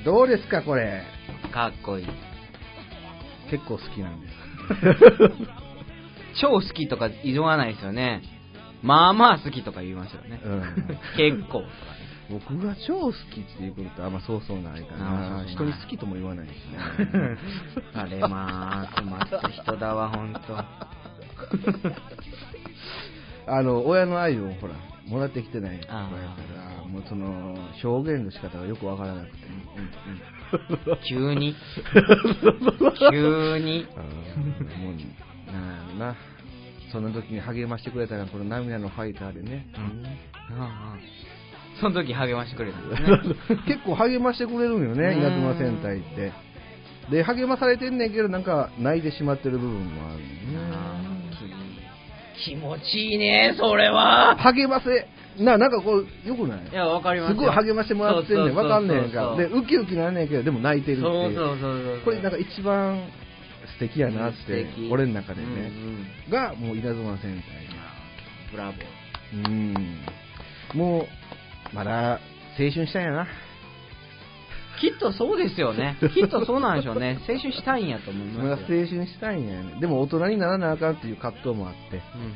Speaker 2: ー、どうですかこれ
Speaker 1: かっこいい。
Speaker 2: 結構好きなんです
Speaker 1: 超好きとか言わないですよね。まあまあ好きとか言いますよね。
Speaker 2: うん
Speaker 1: 結構とかね。
Speaker 2: 僕が超好きっていうことってあんまそうそうないか
Speaker 1: あ
Speaker 2: な
Speaker 1: ーそう
Speaker 2: 人
Speaker 1: そう
Speaker 2: に
Speaker 1: ない
Speaker 2: 好きとも言わないですね
Speaker 1: あれまあ、困った人だわ、ほんと。
Speaker 2: あの親の愛をほらもらってきてない子や
Speaker 1: あー
Speaker 2: からもうその表現の仕方がよくわからなくて
Speaker 1: 急に急 に
Speaker 2: あーもうなんやろなその時に励ましてくれたのはこの涙のファイターでね、
Speaker 1: ああその時励ましてくれたんですね。
Speaker 2: 結構励ましてくれるんよね
Speaker 1: うん
Speaker 2: 稲妻戦隊ってで励まされてんねんけどなんか泣いてしまってる部分もあるよ
Speaker 1: あ
Speaker 2: ね
Speaker 1: あき気持ちいいね、それ は。
Speaker 2: 励ませななんかこうよくない
Speaker 1: いや、わかります
Speaker 2: す
Speaker 1: よ
Speaker 2: ごい励ましてもらってんねんわかんねえんかで
Speaker 1: そう
Speaker 2: ウキウキなんねんけどでも泣いてるって
Speaker 1: そうそうそうそう
Speaker 2: いう
Speaker 1: そうそうそう。
Speaker 2: これなんか一番素敵やなっ
Speaker 1: 素
Speaker 2: て
Speaker 1: 敵
Speaker 2: 俺の中でね、
Speaker 1: うんうん
Speaker 2: がもう稲妻戦
Speaker 1: ブラボ
Speaker 2: 隊うんもうまだ青春したんやな
Speaker 1: ー。きっとそうですよね。きっとそうなんでしょうね。青春したいんやと思い
Speaker 2: まだ
Speaker 1: ま
Speaker 2: 青
Speaker 1: すよ。
Speaker 2: 春したいんやねでも大人にならなあかんっていう葛藤もあって
Speaker 1: うん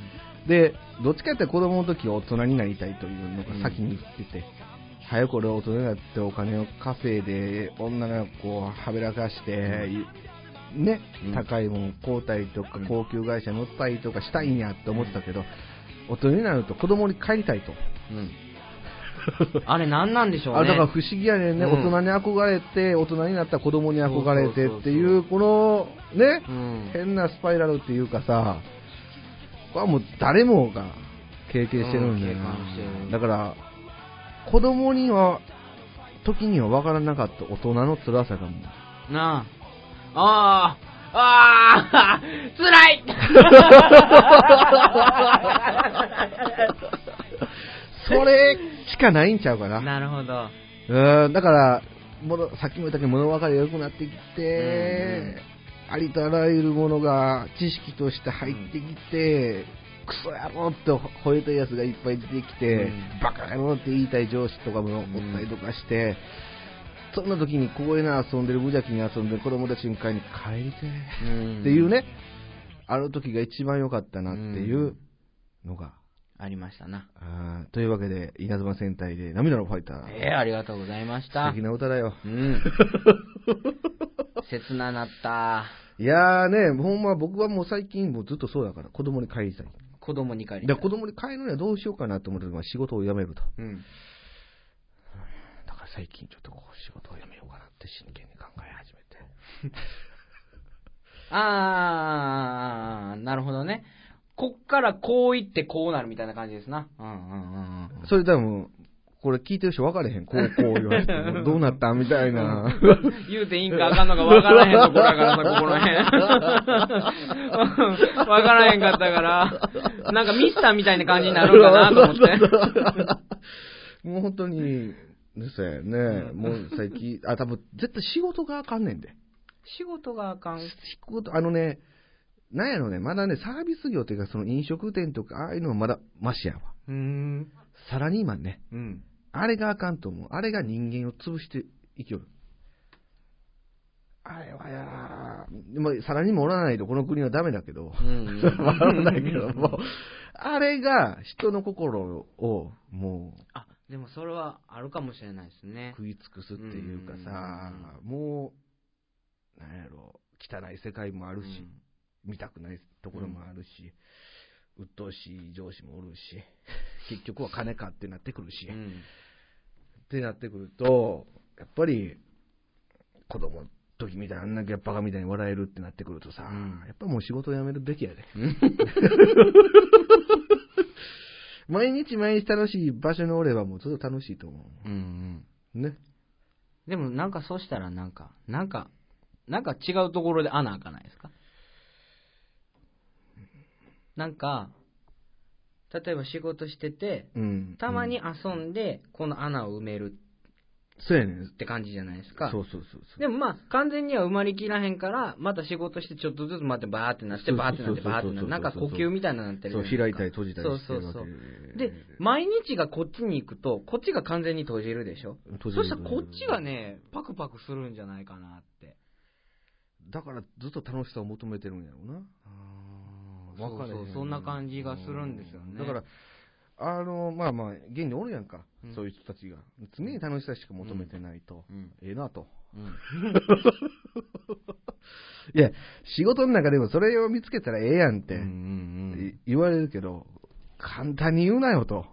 Speaker 2: でどっちかって子供の時は大人になりたいというのが先に言ってて、早く俺は大人になってお金を稼いで女の子をはべらかして、ね、
Speaker 1: うん
Speaker 2: 高いもん交代とか
Speaker 1: うん
Speaker 2: 高級会社乗ったりとかしたいんやって思ってたけど、大人になると子供に帰りたい と、
Speaker 1: うん。あれ何なんでしょうね。
Speaker 2: あだから不思議やねんね、
Speaker 1: うん
Speaker 2: 大人に憧れて大人になったら子供に憧れてってい
Speaker 1: そうう
Speaker 2: このね、
Speaker 1: うん
Speaker 2: 変なスパイラルっていうかさこれはもう誰もが経験してるんだよな
Speaker 1: うん経験してる
Speaker 2: だから子供には時には分からなかった大人の辛さがもう
Speaker 1: なあ。ああ。ああ辛い
Speaker 2: それしかないんちゃう かな
Speaker 1: なるほど。
Speaker 2: うんだからものさっきも言ったけど物分かりが良くなってきて、ありとあらゆるものが知識として入ってきて、クソ野郎って吠えたいやつがいっぱい出てきて、
Speaker 1: うん
Speaker 2: バカ野郎って言いたい上司とかもおったりとかして、そんな時に公園で遊んでる無邪気に遊んで子供たちに帰りて
Speaker 1: う
Speaker 2: え
Speaker 1: ん
Speaker 2: っていうね、あの時が一番良かったなっていうのが、
Speaker 1: ありましたな。
Speaker 2: あーというわけで稲妻戦隊で涙のファイター、
Speaker 1: ええありがとうございまし
Speaker 2: 素
Speaker 1: た。
Speaker 2: 敵な歌だよ。
Speaker 1: うん。切ななった。
Speaker 2: いやーね、ほんま僕はもう最近もうずっとそうだから、子供に帰りたい。
Speaker 1: 子供に帰りた
Speaker 2: で
Speaker 1: い。
Speaker 2: 子供に帰るにはどうしようかなと思って、まあ仕事を辞めると。
Speaker 1: うん。
Speaker 2: だから最近ちょっとこう仕事を辞めようかなって真剣に考え始めて。
Speaker 1: あー、なるほどね。こっからこういってこうなるみたいな感じですな。うんうんうんうん。
Speaker 2: それ多分、これ聞いてる人分かれへん。こう、こう言われ ても、どうなったみたいな。
Speaker 1: 言うていいんかあかんのか分からへんところやからさ、ここらへん。 分からへんかったから、なんかミスターみたいな感じに なるんかなと思って。
Speaker 2: もう本当に、ですよね。もう最近、あ、多分絶対仕事があかんねんで。
Speaker 1: 仕事があかん。
Speaker 2: 仕事、あのね、なんやろね、まだね、サービス業というか、その飲食店とか、ああいうのはまだマシやわ。
Speaker 1: うん。
Speaker 2: サラリーマンね。
Speaker 1: うん。
Speaker 2: あれがあかんと思う。あれが人間を潰していきよる。あれはやー、でもサラリーマンおらないとこの国はダメだけど、
Speaker 1: う
Speaker 2: わから
Speaker 1: ん。
Speaker 2: ないけども、あれが人の心をもう
Speaker 1: あ、 でもそれはあるかもしれないですね。
Speaker 2: 食い尽くすっていうかさ
Speaker 1: う、
Speaker 2: もう、なんやろ、汚い世界もあるし、見たくないところもあるし、鬱陶しい上司もお るし、結局は金かってなってくるし、
Speaker 1: うん。う
Speaker 2: っ
Speaker 1: ん
Speaker 2: てなってくると、やっぱり子供の時みたいにあんなギャッパがみたいに笑えるってなってくるとさ、
Speaker 1: うん
Speaker 2: やっぱもう仕事を辞めるべきやで。 毎日毎日楽しい場所におればもうずっと楽しいと思
Speaker 1: うんうん。
Speaker 2: う。ね。
Speaker 1: でもなんかそうしたらなんか、なんか、なんか違うところで穴開かないですかなんか、例えば仕事してて、
Speaker 2: うん。
Speaker 1: たまに遊んで、この穴を埋める
Speaker 2: そうやねん
Speaker 1: っ。て感じじゃないですか。
Speaker 2: そうそうそうそう。
Speaker 1: でもまあ、完全には埋まりきらへんから、また仕事して、ちょっとずつまたバーってなって、
Speaker 2: そうそう
Speaker 1: バーってなって、バーってなって、なんか呼吸みたいなのになってるじゃ
Speaker 2: そう、
Speaker 1: ないですか
Speaker 2: 開いたり閉じたりしてるわけ
Speaker 1: そうそうそう。で、毎日がこっちに行くと、こっちが完全に閉じるでしょ
Speaker 2: 閉じ
Speaker 1: そ
Speaker 2: る
Speaker 1: したらこっちがね、パクパクするんじゃないかなって。
Speaker 2: だからずっと楽しさを求めてるんやろうな。
Speaker 1: そうそうそんな感じがするんですよね
Speaker 2: だから、あの、まあまあ、現におるやんか、
Speaker 1: うん
Speaker 2: そういう人たちが。常に楽しさしか求めてないと、
Speaker 1: うん。
Speaker 2: ええなと。
Speaker 1: うん。
Speaker 2: いや、仕事の中でもそれを見つけたらええやん
Speaker 1: う
Speaker 2: って、
Speaker 1: んうん
Speaker 2: い言われるけど、簡単に言うなよと。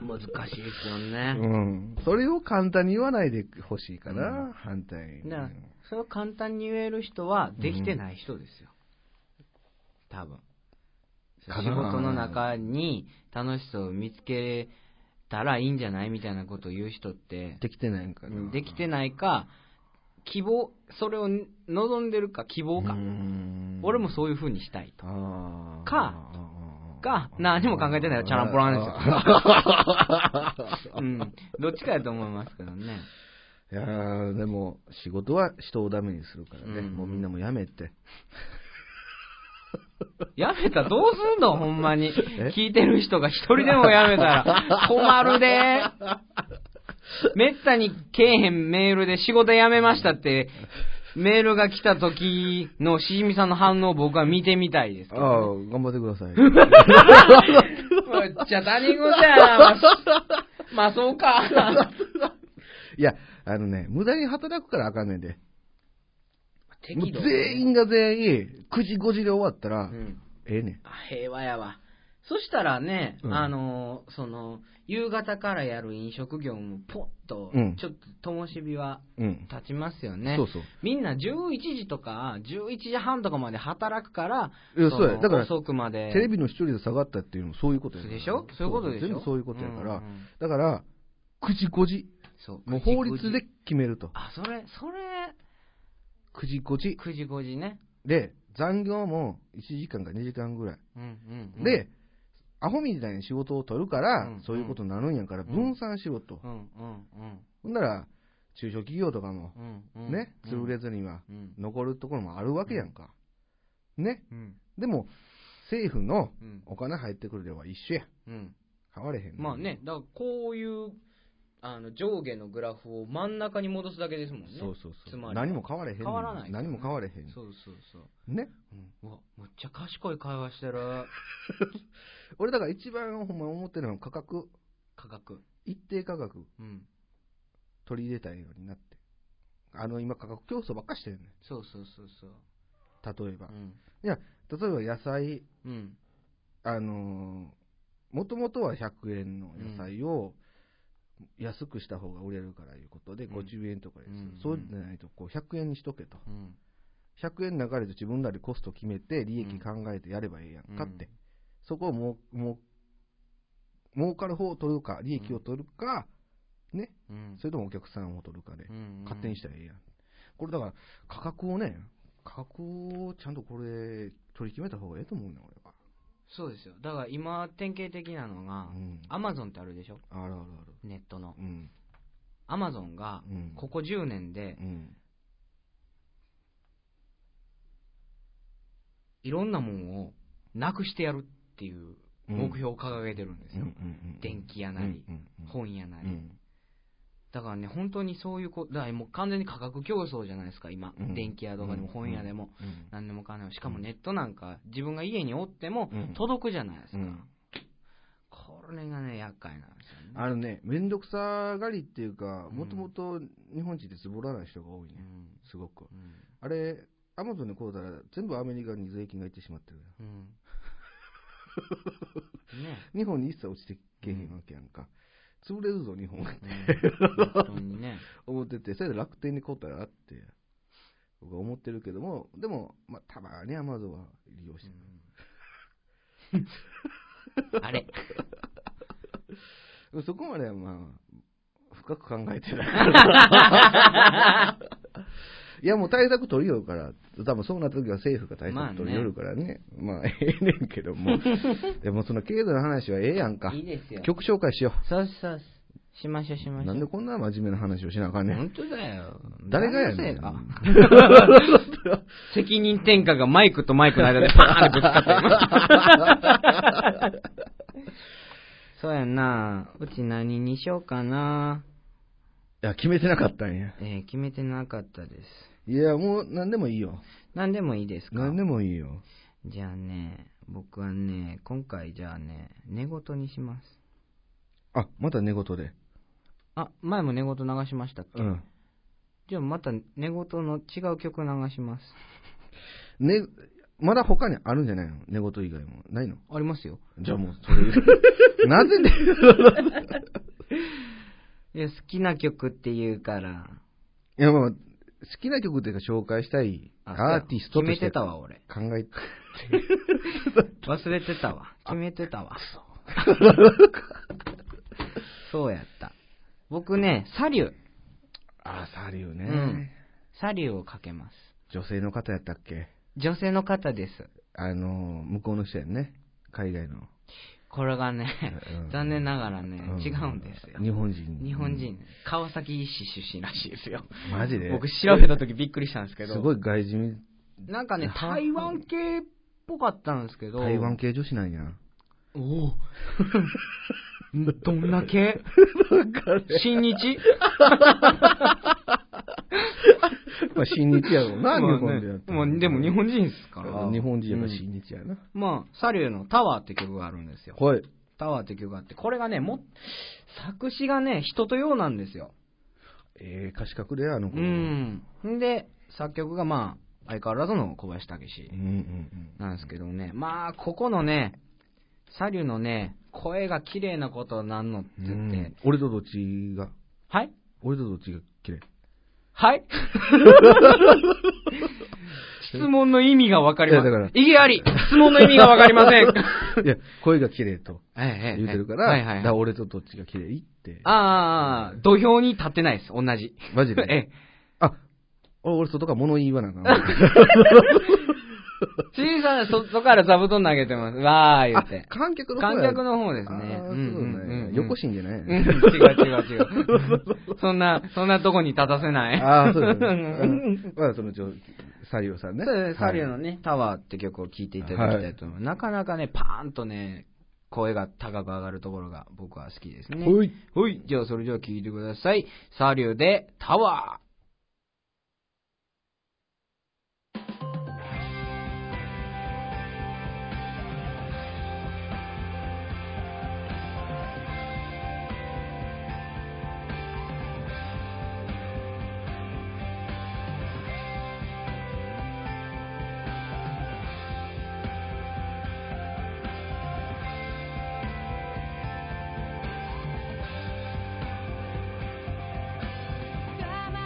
Speaker 1: うん。難しいですよ
Speaker 2: う
Speaker 1: ね。
Speaker 2: ん。それを簡単に言わないでほしいかな、
Speaker 1: うん
Speaker 2: 反対に。
Speaker 1: だから、それを簡単に言える人は、できてない人ですよ。多分。仕
Speaker 2: かな
Speaker 1: 事の中に楽しさを見つけたらいいんじゃないみたいなことを言う人って、
Speaker 2: できてないんかな。
Speaker 1: できてないか、希望、それを望んでるか希望か。俺もそういう風にしたいと。
Speaker 2: あー
Speaker 1: かか何も考えてないらチャランポランですよ。うん。どっちかやと思いますけどね。
Speaker 2: いやーでも、仕事は人をダメにするからね、
Speaker 1: うん
Speaker 2: もうみんなもやめて。
Speaker 1: やめたらどうすんのほんまに
Speaker 2: え。
Speaker 1: 聞いてる人が一人でもやめた ら困るで。めったにけえへんメールで仕事辞めましたって、メールが来た時のしじみさんの反応を僕は見てみたいですけ
Speaker 2: あ
Speaker 1: ど
Speaker 2: あ
Speaker 1: ね、
Speaker 2: ー、頑張ってください。
Speaker 1: むっちゃ他人事やな。まあし、まあ、そうか。
Speaker 2: いや、あのね、無駄に働くからあかんねんで。もう
Speaker 1: 適度。
Speaker 2: 全員が全員、9時5時で終わったら、
Speaker 1: うん
Speaker 2: ええねん。
Speaker 1: あ平和やわ。そしたらね、
Speaker 2: うん
Speaker 1: あのー、その、夕方からやる飲食業もポッと
Speaker 2: うん、
Speaker 1: ちょっと灯火は
Speaker 2: うん。
Speaker 1: 立ちますよね。
Speaker 2: そうそう。
Speaker 1: みんな11時とか、11時半とかまで働くから、
Speaker 2: い
Speaker 1: の
Speaker 2: やそうやだから
Speaker 1: 遅くまで。
Speaker 2: テレビの視聴率下がったっていうのもそういうことやから
Speaker 1: でしょそういうことでしょ
Speaker 2: 全部そういうことやから、
Speaker 1: うんうん
Speaker 2: だから、9時5時、
Speaker 1: そう
Speaker 2: もう
Speaker 1: 9時
Speaker 2: 法律で
Speaker 1: 9時
Speaker 2: 決めると。
Speaker 1: あ、それ、それ、
Speaker 2: 9時5時。
Speaker 1: 9時5時ね。
Speaker 2: で、残業も1時間か2時間ぐらい。
Speaker 1: うんうんうん、
Speaker 2: で、アホみたいに仕事を取るから、
Speaker 1: うん
Speaker 2: そういうことになるんやから、
Speaker 1: うん
Speaker 2: 分散しろと。
Speaker 1: うんうんうん。
Speaker 2: ほんなら、中小企業とかも、
Speaker 1: うんうん
Speaker 2: ね、潰れずには、
Speaker 1: うん
Speaker 2: 残るところもあるわけやんか。ね。
Speaker 1: うん
Speaker 2: でも、政府の
Speaker 1: うん
Speaker 2: お金入ってくる量は一緒や。
Speaker 1: うん
Speaker 2: 変われへん。
Speaker 1: まあ。ねだからこういうあの上下のグラフを真ん中に戻すだけですもんね
Speaker 2: そうそう
Speaker 1: つ
Speaker 2: そ
Speaker 1: ま
Speaker 2: う。
Speaker 1: り
Speaker 2: 何も変われへんねん。
Speaker 1: 変わらない
Speaker 2: 何も変われへん。
Speaker 1: そうそうそう、
Speaker 2: ね。
Speaker 1: うん、うわむっちゃ賢い会話してる
Speaker 2: 俺だから一番ほんま思ってるのは価格、
Speaker 1: 価格
Speaker 2: 一定価格
Speaker 1: うん
Speaker 2: 取り入れたいようになって。あの、今価格競争ばっかしてるねん。
Speaker 1: そうそうそうそう
Speaker 2: 例えば
Speaker 1: う。ん
Speaker 2: 例えば野菜、
Speaker 1: うん
Speaker 2: あのー、もともとは100円の野菜を安くした方が売れるからいうことで、
Speaker 1: うん
Speaker 2: 50円とかでする、
Speaker 1: うん
Speaker 2: そうじゃないとこう100円にしとけと、
Speaker 1: うん
Speaker 2: 100円流れで自分らでコスト決めて、利益考えてやればええやんかって、そこをもうもう儲かる方を取るか、利益を取るか、
Speaker 1: うん
Speaker 2: それともお客さんを取るかで
Speaker 1: う、ん
Speaker 2: 勝手にしたらええやん。これだから、価格をね、価格をちゃんとこれ、取り決めた方がええと思うね、俺は。
Speaker 1: そうですよだから今典型的なのが
Speaker 2: うん
Speaker 1: アマゾンってあるでしょ
Speaker 2: あるあるある。
Speaker 1: ネットの
Speaker 2: うん。
Speaker 1: アマゾンが
Speaker 2: うん
Speaker 1: ここ10年で
Speaker 2: うん。
Speaker 1: いろんなもんをなくしてやるっていう目標を掲げてるんですよ、電気屋なり、
Speaker 2: うんうん
Speaker 1: 本屋なり、
Speaker 2: うん
Speaker 1: だからね本当にそういうことだからもう完全に価格競争じゃないですか今、
Speaker 2: うん
Speaker 1: 電気屋とかでも本屋でも、
Speaker 2: うん
Speaker 1: 何でもかんでもしかもネットなんか自分が家におっても
Speaker 2: うん
Speaker 1: 届くじゃないですか、
Speaker 2: うん
Speaker 1: これがね厄介なんですよね
Speaker 2: あのね、面倒くさがりっていうか、
Speaker 1: うん
Speaker 2: もともと日本人ってズボラな人が多いうね、
Speaker 1: ん
Speaker 2: すご
Speaker 1: う
Speaker 2: く。
Speaker 1: ん
Speaker 2: あれ、アマゾンにこうだら、全部アメリカに税金がいってしまってるや
Speaker 1: うん ね
Speaker 2: ん日本に一切落ちてけえへんわけやんか。潰れるぞ、日本。
Speaker 1: うん本当にね
Speaker 2: 思ってて、それで楽天にこうたらって、僕は思ってるけども、でも、まあ、たまにアマゾンは利用してる。
Speaker 1: あれ
Speaker 2: そこまではまあ、深く考えてない。 いや、もう対策取りよるから、多分そうなった時は政府が対策取りよるからね。 まあ、ええねん けども。でもその経済の話はええやんか
Speaker 1: い。いですよ
Speaker 2: 曲紹介しよ
Speaker 1: そうそうそう
Speaker 2: う。
Speaker 1: しましょうしましょ
Speaker 2: なんで
Speaker 1: う。
Speaker 2: こんな真面目な話をしなあかんねん。
Speaker 1: 本当だよ。
Speaker 2: 誰がやね
Speaker 1: 誰
Speaker 2: ん。
Speaker 1: のせいだ 責任転嫁がマイクとマイクの間でパーンってぶつかって今そうやんな。うち何にしようかな。
Speaker 2: いや、決めてなかったんや。
Speaker 1: えー決めてなかったです。
Speaker 2: いや、もう何でもいいよ。
Speaker 1: 何でもいいですか
Speaker 2: 何でもいいよ。
Speaker 1: じゃあね、僕はね、今回じゃあね、寝言にします。
Speaker 2: あ、また寝言で。
Speaker 1: あ、前も寝言流しましたっけ、
Speaker 2: うん。
Speaker 1: じゃあまた寝言の違う曲流します。
Speaker 2: ね、まだ他にあるんじゃないの寝言以外も。ないの
Speaker 1: ありますよ。
Speaker 2: じゃあもう、そ れ。なぜで
Speaker 1: いや、好きな曲って言うから。
Speaker 2: いや、まあ、好きな曲っていうか紹介したいアーティストとし
Speaker 1: 決
Speaker 2: て。
Speaker 1: めてたわ、俺。
Speaker 2: 考 え、
Speaker 1: 忘れてたわ。決めてたわ。そうやった。僕ね、サリュー。
Speaker 2: あー、サリュー
Speaker 1: う
Speaker 2: ね、
Speaker 1: ん。サリューをかけます。
Speaker 2: 女性の方やったっけ
Speaker 1: 女性の方です。
Speaker 2: あのー、向こうの人やんね。海外の。
Speaker 1: これがね
Speaker 2: うん、
Speaker 1: 残念ながらね、
Speaker 2: うん
Speaker 1: 違うんですよ。
Speaker 2: 日本人。
Speaker 1: 日本人。川崎市出身らしいですよ。
Speaker 2: うん。マジで
Speaker 1: 僕調べた時びっくりしたんですけど。
Speaker 2: すごい外人、
Speaker 1: なんかね、台湾系っぽかったんですけど。
Speaker 2: 台湾系女子なんや。
Speaker 1: おお。どんな系新日
Speaker 2: まあ、新日やろうな、日
Speaker 1: まあ
Speaker 2: 本でやっ
Speaker 1: ね
Speaker 2: たら
Speaker 1: まあ、でも日本人ですから。
Speaker 2: 日本人やから
Speaker 1: うん
Speaker 2: 新日やな。
Speaker 1: まあ、サリューのタワーって曲があるんですよ。
Speaker 2: はい。
Speaker 1: タワーって曲があって、これがね、も、作詞がね、人とようなんですよ。
Speaker 2: ええ歌詞書くで、あの子。
Speaker 1: う。ん。んで、作曲がまあ、相変わらずの小林武史
Speaker 2: うんうんうん。
Speaker 1: なんですけどね。まあ、ここのね、サリューのね、声が綺麗なことなんのって
Speaker 2: う
Speaker 1: 言って、
Speaker 2: ん俺とどっちが、
Speaker 1: はい
Speaker 2: 俺とどっちが綺麗
Speaker 1: はい質問の意味がわかりま
Speaker 2: いやだから
Speaker 1: せん。意義あり質問の意味がわかりません
Speaker 2: いや、声が綺麗と
Speaker 1: ええええ
Speaker 2: 言うてるから、
Speaker 1: はいはい
Speaker 2: だ
Speaker 1: はい
Speaker 2: から俺とどっちが綺麗って。
Speaker 1: ああ、土俵に立ってないです、同じ。
Speaker 2: マジで。
Speaker 1: ええ。
Speaker 2: あ、俺俺外から物言いわなあかん。
Speaker 1: 小さな外から座布団投げてます。わ ー言
Speaker 2: あ
Speaker 1: って、。
Speaker 2: 観客の方や
Speaker 1: 観客の方ですね。
Speaker 2: あー
Speaker 1: うん
Speaker 2: そう
Speaker 1: うん
Speaker 2: だ
Speaker 1: う
Speaker 2: ね
Speaker 1: ん。
Speaker 2: 横心じゃ
Speaker 1: う
Speaker 2: なんい
Speaker 1: 違う違う違う。そんな、そんなとこに立たせない。
Speaker 2: ああ、そう だね。う
Speaker 1: うん
Speaker 2: んまあ、そのうち、サリオさんね。
Speaker 1: そうですサリューの
Speaker 2: ね。
Speaker 1: ね、タワーって曲を聴いていただきたいと思います。なかなかね、パーンとね、声が高く上がるところが僕は好きですね。
Speaker 2: ほい。
Speaker 1: ほい。じゃあ、それでは聴いてください。サリューで、タワー。
Speaker 4: 我慢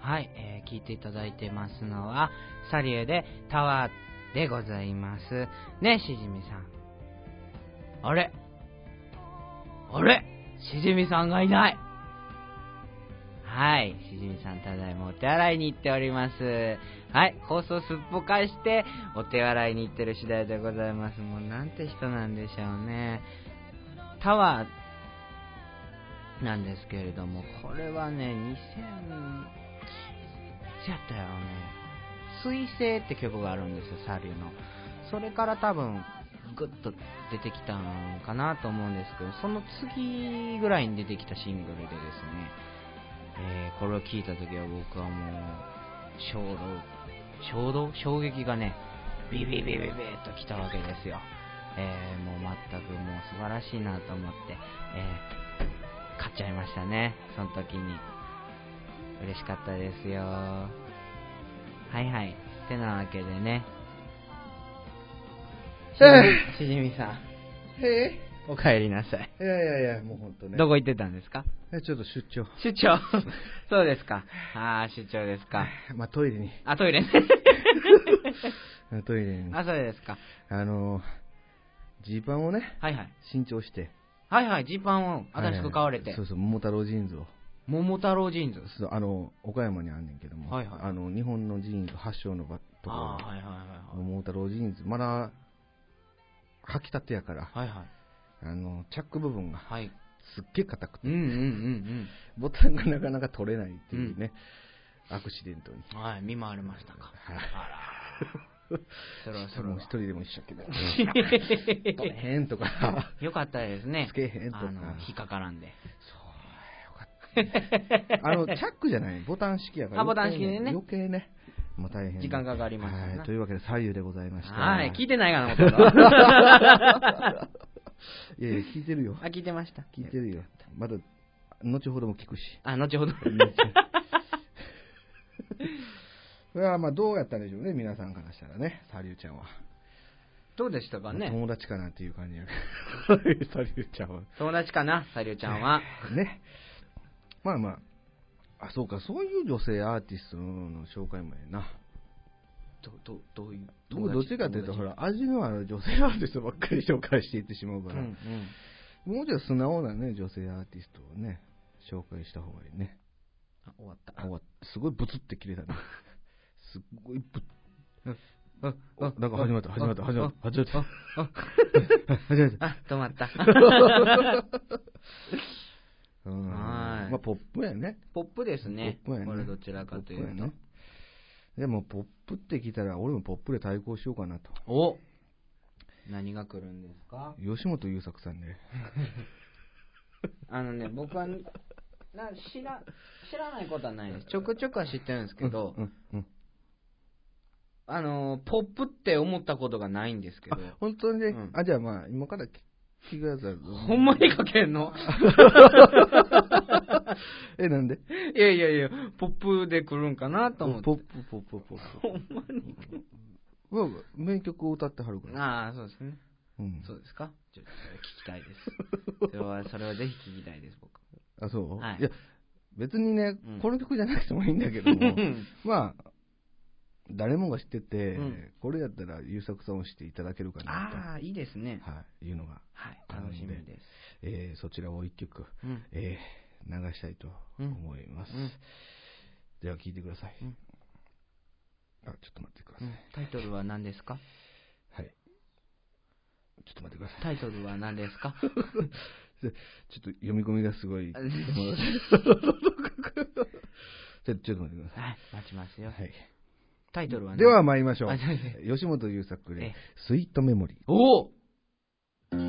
Speaker 1: はい、えー聞いていただいてますのは、サリエでタワーでございます。ね、しじみさん。あれあれしじみさんがいないはい、しじみさんただいまお手洗いに行っております。はい、放送すっぽかしてお手洗いに行ってる次第でございます。もうなんて人なんでしょうね。タワーなんですけれども、これはね、2000、いつやったよね。水星って曲があるんですよ、サリューの。それから多分、ぐっと出てきたのかなと思うんですけど、その次ぐらいに出てきたシングルでですね、えーこれを聞いた時は僕はもう、衝動、衝動衝撃がね、ビビビビビッと来たわけですよ。えーもう全くもう素晴らしいなと思って、えー買っちゃいましたね、その時に。嬉しかったですよ。はいはい。てなわけでね。しじみしじみさん。
Speaker 2: え
Speaker 1: おかえりなさい。
Speaker 2: いやいやいや、もう本当ね。
Speaker 1: どこ行ってたんですか
Speaker 2: えちょっと出張。
Speaker 1: 出張。 そうですか。ああ、出張ですか。
Speaker 2: まあ、トイレに。
Speaker 1: あ、トイレ。
Speaker 2: トイレに。
Speaker 1: あ、そうですか。
Speaker 2: あのー、ジーパンをね、
Speaker 1: はいはい。
Speaker 2: 新調して。
Speaker 1: はいはい、ジーパンを新しく買われて。
Speaker 2: はいそうそう、桃太郎ジーンズを。
Speaker 1: 桃太郎ジーンズ。
Speaker 2: そうあの、岡山にあんねんけども、
Speaker 1: はいはい
Speaker 2: あの、日本のジーンズ発祥の場とこ
Speaker 1: ああ、
Speaker 2: ろ
Speaker 1: はいはい
Speaker 2: に、桃太郎ジーンズ、まだ、履きたてやから、
Speaker 1: はいはい。はいはい。
Speaker 2: あの、チャック部分が
Speaker 1: はい。
Speaker 2: すっげえ硬くて、
Speaker 1: うんうんうん
Speaker 2: ボタンがなかなか取れないっていうね、アクシデントに。
Speaker 1: うん。はい、見回れましたか。
Speaker 2: はい
Speaker 1: あら。そろそ
Speaker 2: も
Speaker 1: ろ
Speaker 2: う一。人でも一生懸命、 取れへんとか、
Speaker 1: よかったですね。
Speaker 2: つけへんとか
Speaker 1: あの、引っかからんで。
Speaker 2: そう、よかったね。あの、チャックじゃない、ボタン式やから。
Speaker 1: あボタン式でね
Speaker 2: 余計ね。もう大変。
Speaker 1: 時間かかります
Speaker 2: はい。というわけで、左右でございました。
Speaker 1: はい、聞い
Speaker 2: い
Speaker 1: てないかな、ほとんど
Speaker 2: やいや、聞いてるよ。
Speaker 1: あ、聞いてました。
Speaker 2: 聞いてるよ。まだ、後ほども聞く し。
Speaker 1: あ、後ほど。
Speaker 2: これはまあどうやったんでしょうね、皆さんからしたらね、サリューちゃんは。
Speaker 1: どうでしたかね
Speaker 2: 友達かなっていう感じやけど サリューちゃんは。
Speaker 1: 友達かな、サリューちゃんは。
Speaker 2: ね。まあまあ、あ、そうか、そういう女性アーティストの紹介もええな。
Speaker 1: ど、ど、どういう
Speaker 2: 僕どっちかっていうと、ほ
Speaker 1: 友達
Speaker 2: ら、味のある女性アーティストばっかり紹介していってしまうから、
Speaker 1: うんうん。
Speaker 2: もうちょい素直なね、女性アーティストをね、紹介した方がいいね。
Speaker 1: あ、終わった。
Speaker 2: 終わっすごいブツっ て切れたね。すっごいブツ
Speaker 1: ああ
Speaker 2: なんか始まった
Speaker 1: あ
Speaker 2: 始まった
Speaker 1: あ
Speaker 2: 始まった
Speaker 1: あ
Speaker 2: 始まった
Speaker 1: ああ
Speaker 2: 初めて。
Speaker 1: あ、止ま った。
Speaker 2: うん
Speaker 1: はい
Speaker 2: まあ、ポップやね。
Speaker 1: ポップですね。
Speaker 2: ポップやね。
Speaker 1: これどちらかとい
Speaker 2: ポッ
Speaker 1: う
Speaker 2: プ
Speaker 1: と。
Speaker 2: やね。でも、ポップって聞いたら、俺もポップで対抗しようかなと。
Speaker 1: お何が来るんですか
Speaker 2: 吉本優作さんで。
Speaker 1: あのね、僕は、な知ら、知らないことはないです。ちょくちょくは知ってるんですけど、
Speaker 2: うんうん
Speaker 1: あの、ポップって思ったことがないんですけど
Speaker 2: あ、、本当にね、
Speaker 1: うん
Speaker 2: あ、じゃあまあ、今から聞聞くやつある
Speaker 1: ほんまにかけん の
Speaker 2: え、なんで
Speaker 1: いやいやいや、ポップで来るんかなと思って。
Speaker 2: ポップ、ポップ、ポップ。
Speaker 1: ほんまに
Speaker 2: まあまあ名曲を歌ってはるから。
Speaker 1: ああ、そうですね。
Speaker 2: うん
Speaker 1: そうですかちょっとそれ聞き たいです。それは、それはぜひ聞きたいです、僕。
Speaker 2: あ、そう、
Speaker 1: はい
Speaker 2: や、別にね、
Speaker 1: うん
Speaker 2: この曲じゃなくてもいいんだけども、まあ、誰もが知ってて、
Speaker 1: うん
Speaker 2: これやったら優作さんをしていただけるかな
Speaker 1: ああ、いいですね
Speaker 2: と、。はい、いうのが、
Speaker 1: はい、楽しみです。
Speaker 2: えーそちらを一曲、
Speaker 1: うん。
Speaker 2: えー流したいと思います。
Speaker 1: うんうん
Speaker 2: では聴いてください、
Speaker 1: うん
Speaker 2: あ、ちょっと待ってくださ
Speaker 1: う
Speaker 2: い。
Speaker 1: んタイトルは何ですか
Speaker 2: はい。ちょっと待ってください。
Speaker 1: タイ トルは何ですか
Speaker 2: ちょっと読み込みがすごい。
Speaker 1: あ
Speaker 2: も うちょちょっと待ってください。
Speaker 1: はい、待ちますよ。
Speaker 2: はい
Speaker 1: タイトルは何
Speaker 2: では参りましょう
Speaker 1: あすいませ。
Speaker 2: 吉本優作
Speaker 1: え
Speaker 2: で
Speaker 1: え、
Speaker 2: スイートメモリー。
Speaker 1: おお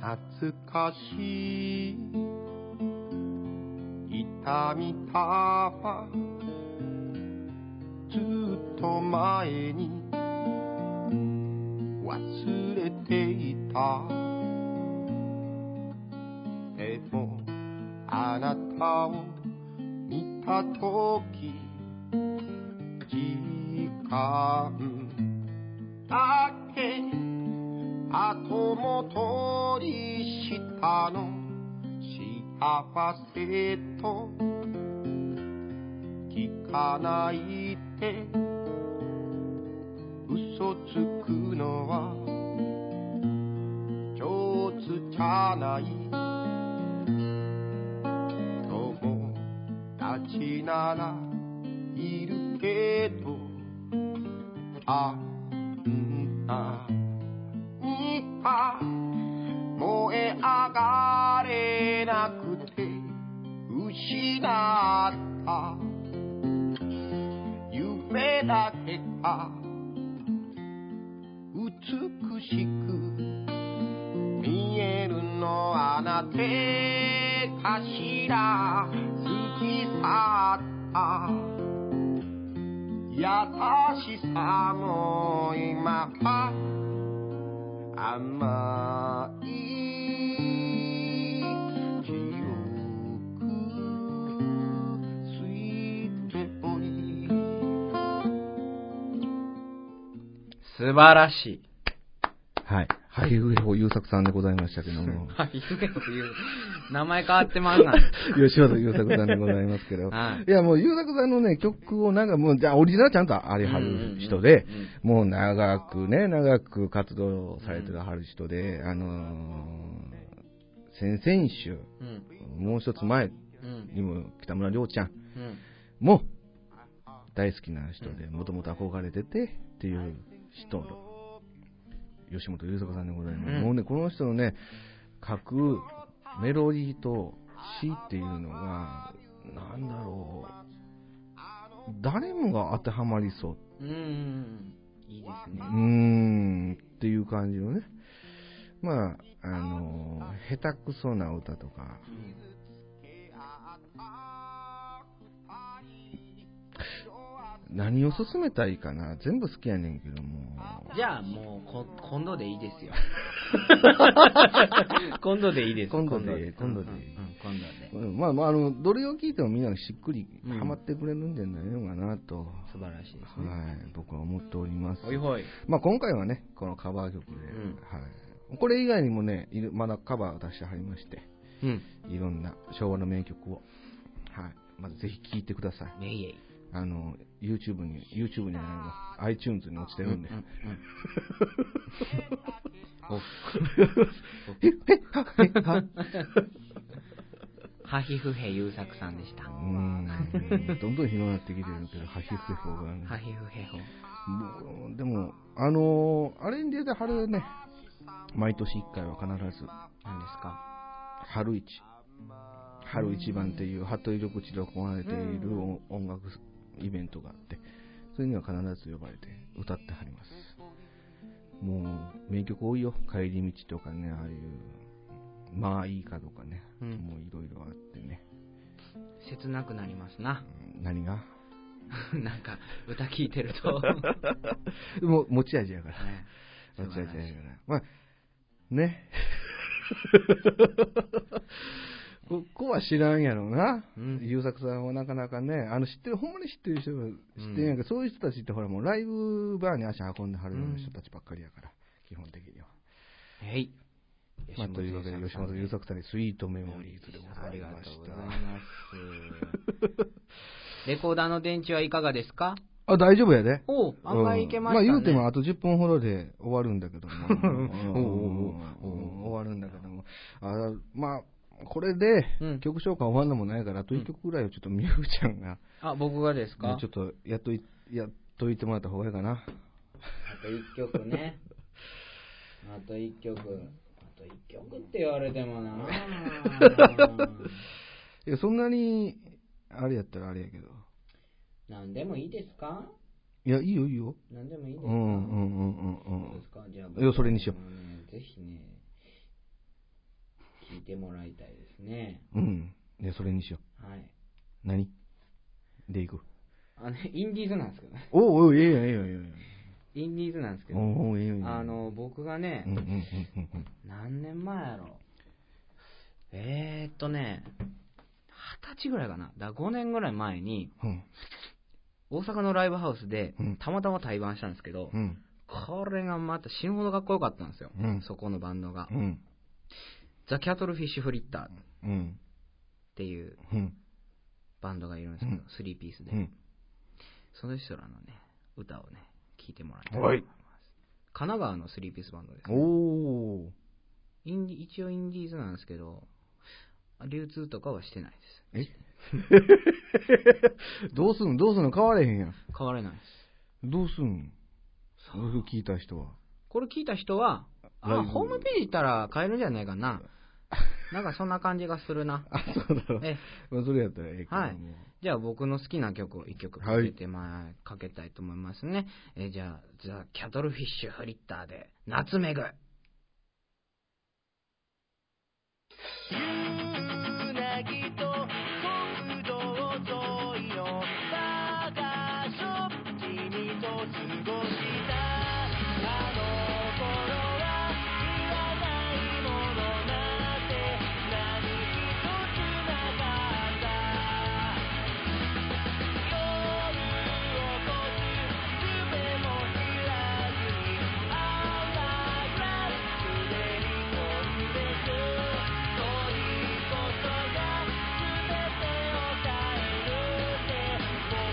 Speaker 4: 懐かしい痛みたわずっと前に忘れていたでもあなたを見た時時間だけ後戻りしたの幸せと聞かないで嘘つくのは上手じゃない友達ならいるけどあんなには燃え上がれなくて失った夢だけが美しく見えるのあなたかしら過ぎ去った優しさも今は甘い記憶ついており
Speaker 1: 素晴らしい。
Speaker 2: はい。俳優法優作さんでございましたけども。
Speaker 1: はい、言うよ言う。名前変わってますな。
Speaker 2: 吉本優作さんでございますけ ど。
Speaker 1: はい
Speaker 2: いや、もう優作さんのね、曲をなんかもう、じゃあオリジナルちゃんとあれはる人で
Speaker 1: うんうんうん、
Speaker 2: もう長くね、長く活動されてはる人で、あのー、先々週、
Speaker 1: うん。
Speaker 2: もう一つ前
Speaker 1: うん。
Speaker 2: にも北村亮ちゃん
Speaker 1: うん。
Speaker 2: も大好きな人で、もともと憧れててっていう人の、吉本優作さんでございます。
Speaker 1: うん
Speaker 2: もうね、この人のね、書くメロディーと詩っていうのが、なんだろう、誰もが当てはまりそう
Speaker 1: うんうん。いいですね
Speaker 2: うー。んっていう感じのね、まあ、あのー下手くそな歌とか、何を勧めたらいいかな、全部好きやねんけども、
Speaker 1: じゃあもうこ、今度でいいですよ。今度でいいです。
Speaker 2: 今度で
Speaker 1: 今度で。
Speaker 2: 今度
Speaker 1: う
Speaker 2: で
Speaker 1: んうん今度で。
Speaker 2: うんまあまあ、あの、どれを聞いてもみんなしっくり
Speaker 1: うん
Speaker 2: ハマってくれるんじゃないのかなと、
Speaker 1: 素晴らしいですね。
Speaker 2: はい、僕は思っております。
Speaker 1: ほいほい。
Speaker 2: まあ今回はね、このカバー曲で、
Speaker 1: ん
Speaker 2: はい。これ以外にもね、いるまだカバーを出してはりまして、
Speaker 1: うん。
Speaker 2: いろんな昭和の名曲を、はい。まずぜひ聴いてください。
Speaker 1: ねえいえい。
Speaker 2: あの、YouTube に、YouTube にじゃないの、iTunes に落ちてるんで。
Speaker 1: うんうん
Speaker 2: え、え、は、え、 は。
Speaker 1: ハヒフヘ優作さんでした。
Speaker 2: うー
Speaker 1: ハ
Speaker 2: ん、どんどん広がってきてるけど、ハヒス方がね。
Speaker 1: ヒフヘホ。
Speaker 2: もうでも、あのー、アレンジで春ね、毎年1回は必ず、
Speaker 1: 何ですか
Speaker 2: 春一、春一番っていう、服部緑地で行われている音音楽イベントがあって、それには必ず呼ばれて歌ってはります。もう、名曲多いよ。帰り道とかね、ああいう、まあいいかとかね、
Speaker 1: うん
Speaker 2: もういろいろあってね。
Speaker 1: 切なくなりますな。
Speaker 2: うん何が
Speaker 1: なんか、歌聴いてると。
Speaker 2: もう持ち味やから。
Speaker 1: ね
Speaker 2: 間違え
Speaker 1: 素晴
Speaker 2: ちゃい
Speaker 1: ら
Speaker 2: け
Speaker 1: しい
Speaker 2: ない。まあ、 ね。ここは知らんやろうな
Speaker 1: うん。
Speaker 2: 優、作さんはなかなかね、あの知ってる、ほんまに知ってる人が知ってるんやけど、そういう人たちってほら、もうライブバーに足運んではるような人たちばっかりやから、基本的には。
Speaker 1: えい。
Speaker 2: まあ、というわけで、吉本優作さんにスイートメモリーズでご
Speaker 1: あ
Speaker 2: ざい
Speaker 1: りが
Speaker 2: ま
Speaker 1: とう
Speaker 2: し
Speaker 1: ござ
Speaker 2: た
Speaker 1: い。ます。レコーダーの電池はいかがですか
Speaker 2: あ、大丈夫やで。
Speaker 1: おう、案外いけましたね。
Speaker 2: うんあ言うてもあと10分ほどで終わるんだ けども。
Speaker 1: ん
Speaker 2: うん
Speaker 1: おうおうおう
Speaker 2: うん終わるんだけども。あまあ、これで
Speaker 1: うん
Speaker 2: 曲紹介終わんのもないから、あと1曲ぐらいをちょっとみゆうちゃんが、
Speaker 1: あ、僕がですか
Speaker 2: ちょっとやっとい、やっといてもらった方がいいかな。
Speaker 1: あと1曲ね。 あと1曲。あと1曲って言われて もな。
Speaker 2: いや、そんなに、あれやったらあれやけど。
Speaker 1: 何でもいいですか
Speaker 2: いや、いいよいいよ。
Speaker 1: 何でもいいです
Speaker 2: う
Speaker 1: か
Speaker 2: んうんうんうん
Speaker 1: そう
Speaker 2: う
Speaker 1: で
Speaker 2: ん
Speaker 1: す。かじゃあ
Speaker 2: いやそれにしよう
Speaker 1: 僕もねぜひね、聞いてもらいたいですね。
Speaker 2: うん。いや、それにしよ
Speaker 1: はい。
Speaker 2: う。何でいく。
Speaker 1: あの、インディーズなんですけどね。
Speaker 2: おうおう、ええやんええやんえ
Speaker 1: インディーズなんですけ
Speaker 2: えやん。
Speaker 1: ど、
Speaker 2: おうおう、ええやんええやん。
Speaker 1: あ、の、僕がね、
Speaker 2: うんうんうんうんうん。
Speaker 1: 何年前やろえー、っとね、二十歳ぐらいかな。だ5年ぐらい前に、
Speaker 2: うん。
Speaker 1: 大阪のライブハウスで
Speaker 2: うん、
Speaker 1: たまたま対バンしたんですけど、
Speaker 2: うん。
Speaker 1: これがまた死ぬほどかっこよかったんですよ。
Speaker 2: うん
Speaker 1: そこのバンドが。
Speaker 2: うん。
Speaker 1: ザ・キャトルフィッシュ・フリッターっ
Speaker 2: うん。
Speaker 1: ていう
Speaker 2: うん。
Speaker 1: バンドがいるんですけど
Speaker 2: うん、
Speaker 1: スリーピースで
Speaker 2: う。ん。
Speaker 1: その人らのね、歌をね、聴いてもらいたいと思
Speaker 2: はい
Speaker 1: います。神奈川のスリーピースバンドです、
Speaker 2: おー。
Speaker 1: インディ一応インディーズなんですけど、流通とかはしてないです。
Speaker 2: えどうすんのどうすんの変われへんやん。
Speaker 1: 変われないです。
Speaker 2: どうすんのそれ聞いた人は。
Speaker 1: これ聞いた人は、
Speaker 2: ラ
Speaker 1: あ、
Speaker 2: イブ
Speaker 1: ホームページ行ったら買えるんじゃないか な。なんかそんな感じがするな。
Speaker 2: あ、そうだろう。
Speaker 1: え
Speaker 2: まあ、それやったらええけども。
Speaker 1: はいじゃあ僕の好きな曲を1曲かけて、まあ、かけたいと思いますね。えーじゃあ、ザ・キャトルフィッシュ・フリッターで、夏めぐ。
Speaker 3: うなぎと国道沿いのバーガーショップ君と過ごしたあの頃はいらないものなんて何一つなかった夜を越す術も知らずにアウターグラスでに飛んでく遠いことが全てを変えるって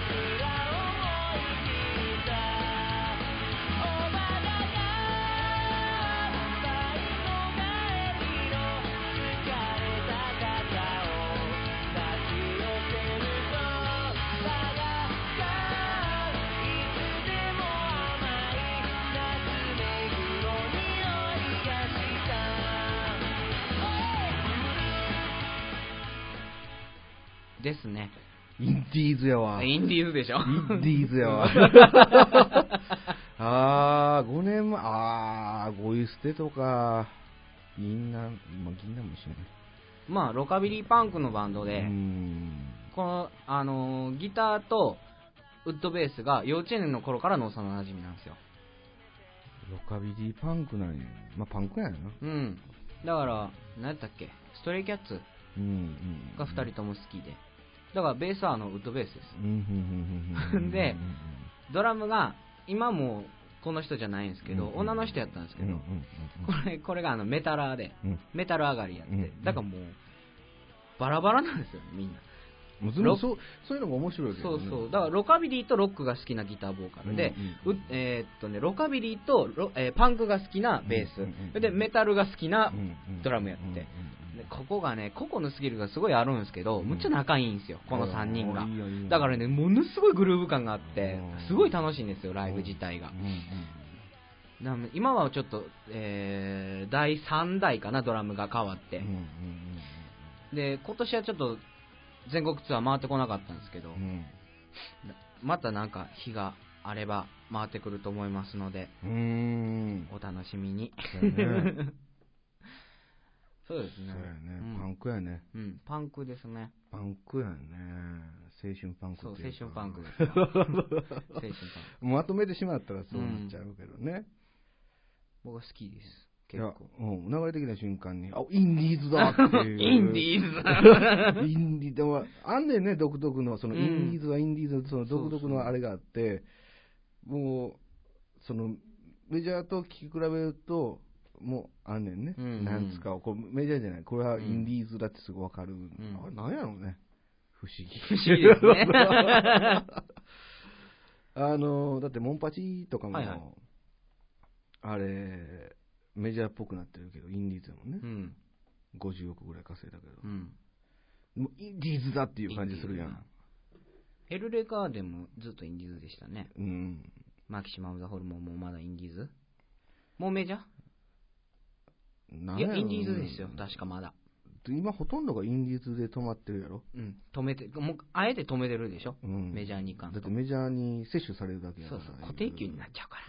Speaker 3: 僕ら思い切った「おばらが最後帰りの電車」「疲れた肩を抱き寄せると」「ただがいつでも甘い夏めぐの匂いがした」
Speaker 1: ですね。
Speaker 2: インディーズやわ。イ
Speaker 1: インディーズでしょ。
Speaker 2: ンディーズや わ。あー、5年前、あー、ゴイ捨てとか、銀杏、まあ、銀杏も一緒やね。
Speaker 1: まあ、ロカビリーパンクのバンドで、
Speaker 2: うーん。
Speaker 1: この、あのーギターとウッドベースが幼稚園の頃からの幼馴染なんですよ。
Speaker 2: ロカビリーパンクなんや。まあ、パンクなんやな。
Speaker 1: うん。だから、何やったっけストレイキャッツ
Speaker 2: うん。うん
Speaker 1: が2人。とも好きで。だから、ベースはあの、ウッドベースです。
Speaker 2: うん、うん、うん、うん。 うん
Speaker 1: でドラムが、今もうこの人じゃないんですけど、
Speaker 2: うん
Speaker 1: 女の人やったんですけ
Speaker 2: うん、
Speaker 1: ど、
Speaker 2: うん、
Speaker 1: これ、これがあのメタラーで、
Speaker 2: うん。
Speaker 1: メタル上がりやって、
Speaker 2: うん
Speaker 1: だからもう、バラバラなんですよね、みんな。
Speaker 2: もうそれもそうそういうのが面白いけ
Speaker 1: そ
Speaker 2: ど、
Speaker 1: う
Speaker 2: ね、
Speaker 1: そう。だから、ロカビリーとロックが好きなギターボーカルで、
Speaker 2: うんうん
Speaker 1: うえーっとね、ロカビリーとロ、えーパンクが好きなベース、
Speaker 2: うんうんうん
Speaker 1: で、メタルが好きな
Speaker 2: うんうん
Speaker 1: ドラムやって
Speaker 2: うんうん
Speaker 1: でここがね、個々のスキルがすごいあるんですけど、むっちゃ仲いいんですよ、この3人が
Speaker 2: うんいいよいい。よ
Speaker 1: だからね、ものすごいグルーヴ感があって
Speaker 2: うん、
Speaker 1: すごい楽しいんですよ、ライブ自体が
Speaker 2: うん。うん
Speaker 1: だから今はちょっと、えー第3代かな、ドラムが変わって
Speaker 2: うんうん。
Speaker 1: で、今年はちょっと全国ツアー回ってこなかったんですけど
Speaker 2: うんう、ん
Speaker 1: またなんか日があれば回ってくると思いますので、
Speaker 2: うんうん
Speaker 1: お楽しみに。
Speaker 2: そうやね
Speaker 1: そうですね。
Speaker 2: そうやね、
Speaker 1: うん
Speaker 2: パンクやね
Speaker 1: うん、パンクですね。
Speaker 2: パンクやね青春パンク
Speaker 1: そう、青
Speaker 2: ってい
Speaker 1: 春パンクですすわ。青春パンク。
Speaker 2: まとめてしまったらそうなっちゃうけどね、
Speaker 1: 僕は好きです。
Speaker 2: い
Speaker 1: 結
Speaker 2: や
Speaker 1: 構。
Speaker 2: うん、流れてきた瞬間にあインディーズだっていう
Speaker 1: インディーズ
Speaker 2: インディーでもあんねんね、独特の、その
Speaker 1: うん
Speaker 2: インディーズはインディーズのその独特のあれがあって、もう、そのメジャーと聴き比べると、もうあんねんね、
Speaker 1: うんうん
Speaker 2: なんつうか、これメジャーじゃない、これは
Speaker 1: うん
Speaker 2: インディーズだってすぐわかる、あれなんやろうね、不思議。
Speaker 1: 不思議 ですね。
Speaker 2: あのだって、モンパチとかも、
Speaker 1: はいはい
Speaker 2: あれ、メジャーっぽくなってるけど、インディーズやもんね
Speaker 1: う、ん。
Speaker 2: 50億ぐらい稼いだけど、
Speaker 1: うん。
Speaker 2: もうインディーズだっていう感じするや
Speaker 1: インディー
Speaker 2: ん。
Speaker 1: ズな。エルレガーデンもずっとインディーズでしたね。
Speaker 2: うん
Speaker 1: マキシマム・ザ・ホルモンもまだインディーズもうメジャ
Speaker 2: なん
Speaker 1: ーいや、
Speaker 2: ろ
Speaker 1: インディーズですよ、確かまだ。
Speaker 2: 今ほとんどがインディーズで止まってるやろ、
Speaker 1: うん。止めて、もう、あえて止めてるでしょ、
Speaker 2: うん
Speaker 1: メジャーに行かん
Speaker 2: だ
Speaker 1: と
Speaker 2: ってメジャーに摂取されるだけや
Speaker 1: そ
Speaker 2: から
Speaker 1: うそう、固定給になっちゃうか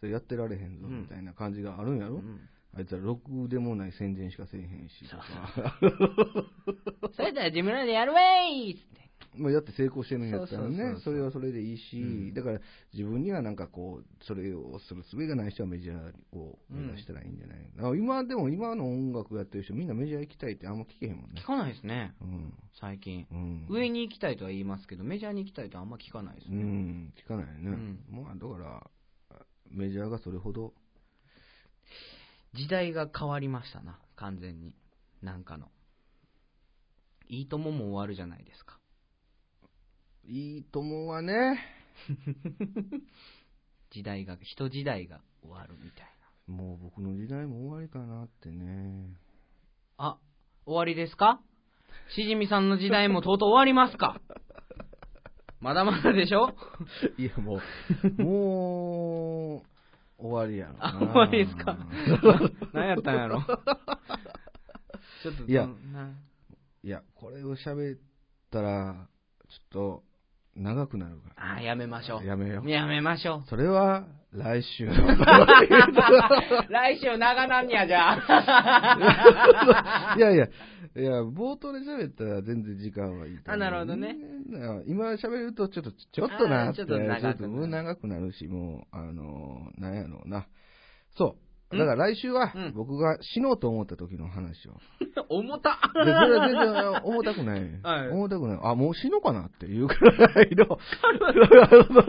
Speaker 2: そう やってられへんぞ
Speaker 1: うん
Speaker 2: みたいな感じがあるんやろ、
Speaker 1: ら。うん。
Speaker 2: あいつらろくでもない宣伝しかせえへんしとか
Speaker 1: それでは自分らでやるわいっつって。
Speaker 2: まあ、やって成功してるんやったら
Speaker 1: そうそうそう
Speaker 2: ね
Speaker 1: そう、
Speaker 2: それはそれでいいし、
Speaker 1: うん
Speaker 2: だから自分にはなんかこう、それをする術がない人はメジャーを目指したらいいんじゃない、あ今でも今の音楽やってる人、みんなメジャー行きたいってあんま聞けへんもんね
Speaker 1: 聞。かないですね、
Speaker 2: うん。
Speaker 1: 最近。
Speaker 2: うん。
Speaker 1: 上に行きたいとは言いますけど、メジャーに行きたいとはあんま聞かないです
Speaker 2: う
Speaker 1: ね。
Speaker 2: ん、聞かない
Speaker 1: う
Speaker 2: ね。
Speaker 1: ん
Speaker 2: まあだから、メジャーがそれほど、
Speaker 1: 時代が変わりましたな、完全に。なんかの。いいともも終わるじゃないですか。
Speaker 2: いいともはね、
Speaker 1: 時代が、人時代が終わるみたい
Speaker 2: もう僕の時代も終わりかなってね。
Speaker 1: な。あ、終わりですかしじみさんの時代もとうとう終わりますかまだまだでしょ
Speaker 2: いやもう、 もう、終わりやろな
Speaker 1: あ、終わりです か何やったんや ろちょっと、
Speaker 2: いや
Speaker 1: な、
Speaker 2: いや、これを喋ったら、ちょっと、長くなるから。
Speaker 1: あー、やめましょう。
Speaker 2: やめよう
Speaker 1: やめましょう。
Speaker 2: それは、来週の。
Speaker 1: 来週長なんや、じゃあ。
Speaker 2: いやいや、いや、冒頭で喋ったら全然時間はいいと思う
Speaker 1: あなるほどね。
Speaker 2: 今喋るとちょっと、ちょっとな
Speaker 1: あ
Speaker 2: っ
Speaker 1: ーち
Speaker 2: て、
Speaker 1: ょっと長くなる
Speaker 2: ちょっと長くなるし、もう、あのー、なんやろうな。そう。だから来週は
Speaker 1: うん、
Speaker 2: 僕が死のうと思った時 の話を。
Speaker 1: 重た
Speaker 2: でそれは全然重たくない。
Speaker 1: はい
Speaker 2: 重たくない。あ、もう死のうかなっていうくらいの。そうそうそ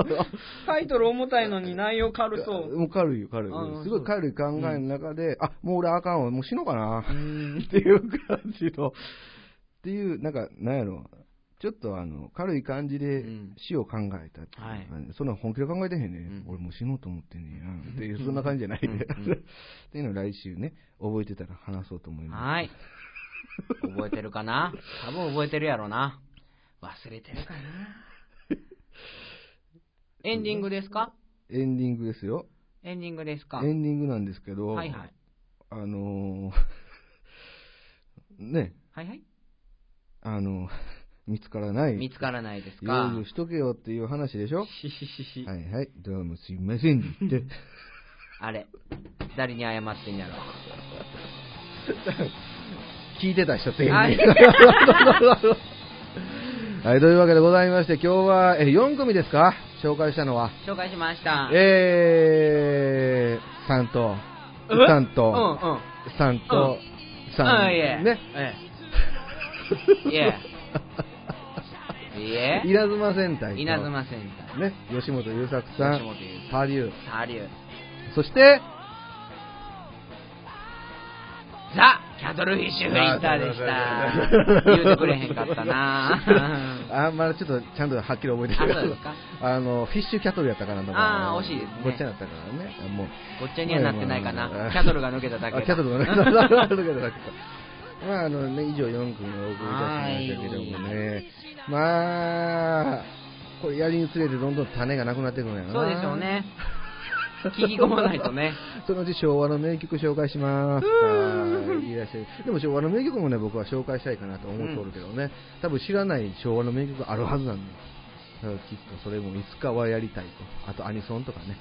Speaker 2: うそう
Speaker 1: タイトル重たいのに内容軽そう。
Speaker 2: もう軽いよ、軽い
Speaker 1: あー。
Speaker 2: すご
Speaker 1: そう
Speaker 2: い軽い考えの中で、あ、もう俺あかんわ、もう死のうかな。
Speaker 1: うん。
Speaker 2: っていう感じの、っていう、なんか、なんやろ、ちょっとあの、軽い感じで
Speaker 1: うん
Speaker 2: 死を考えたっていう
Speaker 1: はい
Speaker 2: 感じそんな本気で考えてへんね、
Speaker 1: うん
Speaker 2: 俺もう死のうと思ってんねんや。っていう、そんな感じじゃないで。
Speaker 1: うんうん
Speaker 2: っていうのを来週ね、覚えてたら話そうと思います。
Speaker 1: はい。覚えてるかな多分覚えてるやろな。忘れてるかな。エンディングですか
Speaker 2: エンディングですよ。
Speaker 1: エンディングですか
Speaker 2: エンディングなんですけど、
Speaker 1: はいはい。
Speaker 2: あのー ね、
Speaker 1: はいはい。
Speaker 2: あの、見つからない。
Speaker 1: 見つからないです
Speaker 2: 用
Speaker 1: か
Speaker 2: 意をしとけよっていう話でしょ
Speaker 1: しししし。
Speaker 2: はいはい、どうもすいませんって。
Speaker 1: あれ。誰に謝ってんやろ。
Speaker 2: 聞いてた人全員。
Speaker 1: は
Speaker 2: はいい、というわけでございまして、今日は、え、4組ですか紹介したのは。
Speaker 1: 紹介しました。
Speaker 2: えー、さんと、
Speaker 1: え
Speaker 2: さん
Speaker 1: うん
Speaker 2: と、
Speaker 1: うん。
Speaker 2: さんと、さ、
Speaker 1: うんん、いえ。
Speaker 2: ね。
Speaker 1: ええ。いえ。い え。
Speaker 2: 稲妻戦隊と。
Speaker 1: 稲妻戦隊。
Speaker 2: ね、吉本優作さ
Speaker 1: 吉
Speaker 2: ん
Speaker 1: 本優、作
Speaker 2: パリュー、
Speaker 1: サリュー。
Speaker 2: そして、
Speaker 1: ザ・キャトルフィッシュフェインターでした。言うてくれへんかった な
Speaker 2: あまだちょっとちゃんとはっきり覚えてない
Speaker 1: あそうですか
Speaker 2: あのフィッシュキャトルやったからだから
Speaker 1: あー惜しいですね
Speaker 2: ごっちゃだったからねあもう
Speaker 1: ごっちゃにはなってないかな
Speaker 2: まあまあまあ
Speaker 1: キャトルが抜けただけ
Speaker 2: あキャトルが抜けただけ抜けただけまああのね以上4組をお送りいたしましたけどもねまあこれやりにつれてどんどん種がなくなってくるんやな
Speaker 1: そうでしょうね。聞き込まないとね。
Speaker 2: そのうち昭和の名曲紹介します。はいいらっしゃいでも昭和の名曲もね、僕は紹介したいかなと思っておるけどね、多分知らない昭和の名曲があるはずなんで、だからきっとそれもいつかはやりたいと。あとアニソンとかね、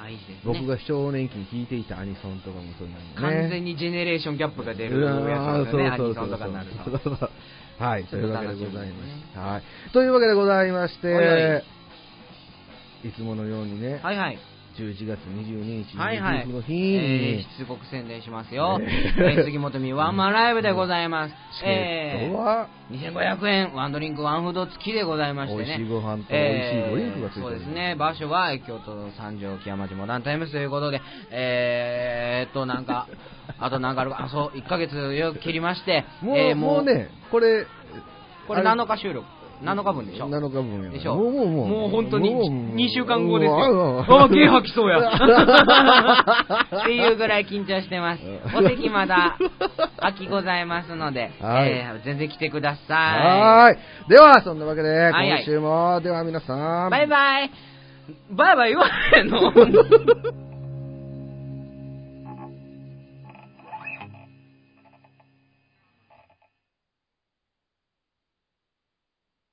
Speaker 1: あ、いいですね。
Speaker 2: 僕が少年期に聴いていたアニソンとかもそうなんでね。
Speaker 1: 完全にジェネレーションギャップが出る
Speaker 2: う
Speaker 1: や
Speaker 2: わー
Speaker 1: つですね。ア
Speaker 2: そ
Speaker 1: ニ
Speaker 2: うそ
Speaker 1: ソ
Speaker 2: う
Speaker 1: ンと
Speaker 2: そう
Speaker 1: かになると。
Speaker 2: そうそうそうはい、
Speaker 1: ち
Speaker 2: と
Speaker 1: ょっ
Speaker 2: い
Speaker 1: と
Speaker 2: うわけ
Speaker 1: 楽しみ
Speaker 2: で
Speaker 1: ですね
Speaker 2: ございまして、はい。というわけでございまして、
Speaker 1: おい
Speaker 2: いつものようにね、
Speaker 1: はいはい。
Speaker 2: 11月22日、
Speaker 1: はいはい。
Speaker 2: 29の日に、
Speaker 1: えー、出国宣伝しますよ。
Speaker 2: え
Speaker 1: えー杉本美ワンマンライブでございます。
Speaker 2: チケ
Speaker 1: え
Speaker 2: ッ
Speaker 1: ー
Speaker 2: トは、
Speaker 1: 2500円、ワンドリンク、ワンフード付きでございましてね。
Speaker 2: 美味しいご飯と
Speaker 1: えー
Speaker 2: 美味しいドリンクがついてる
Speaker 1: そうですね。場所は、京都三条木山町モダンタイムズということで、えーっと、なん か、あとなんかあるか、あ、そう、1ヶ月よく切りまして、
Speaker 2: もう,、
Speaker 1: えー
Speaker 2: もう、ね、これ、
Speaker 1: これ
Speaker 2: あれ
Speaker 1: 7日収録。7日分でしょ。
Speaker 2: 7日分やから
Speaker 1: でしょ
Speaker 2: もうもうもう。
Speaker 1: もう本当に
Speaker 2: もうもう
Speaker 1: 2週間後ですよ。
Speaker 2: もう
Speaker 1: ああ、毛吐きそうや。 っていうぐらい緊張してます。お席まだ空きございますので、
Speaker 2: はい
Speaker 1: えー全然来てくださ
Speaker 2: はーい。では、そんなわけで、
Speaker 1: いはい
Speaker 2: 今週も、では皆さん。
Speaker 1: バイバイ。バイバイ言わへんの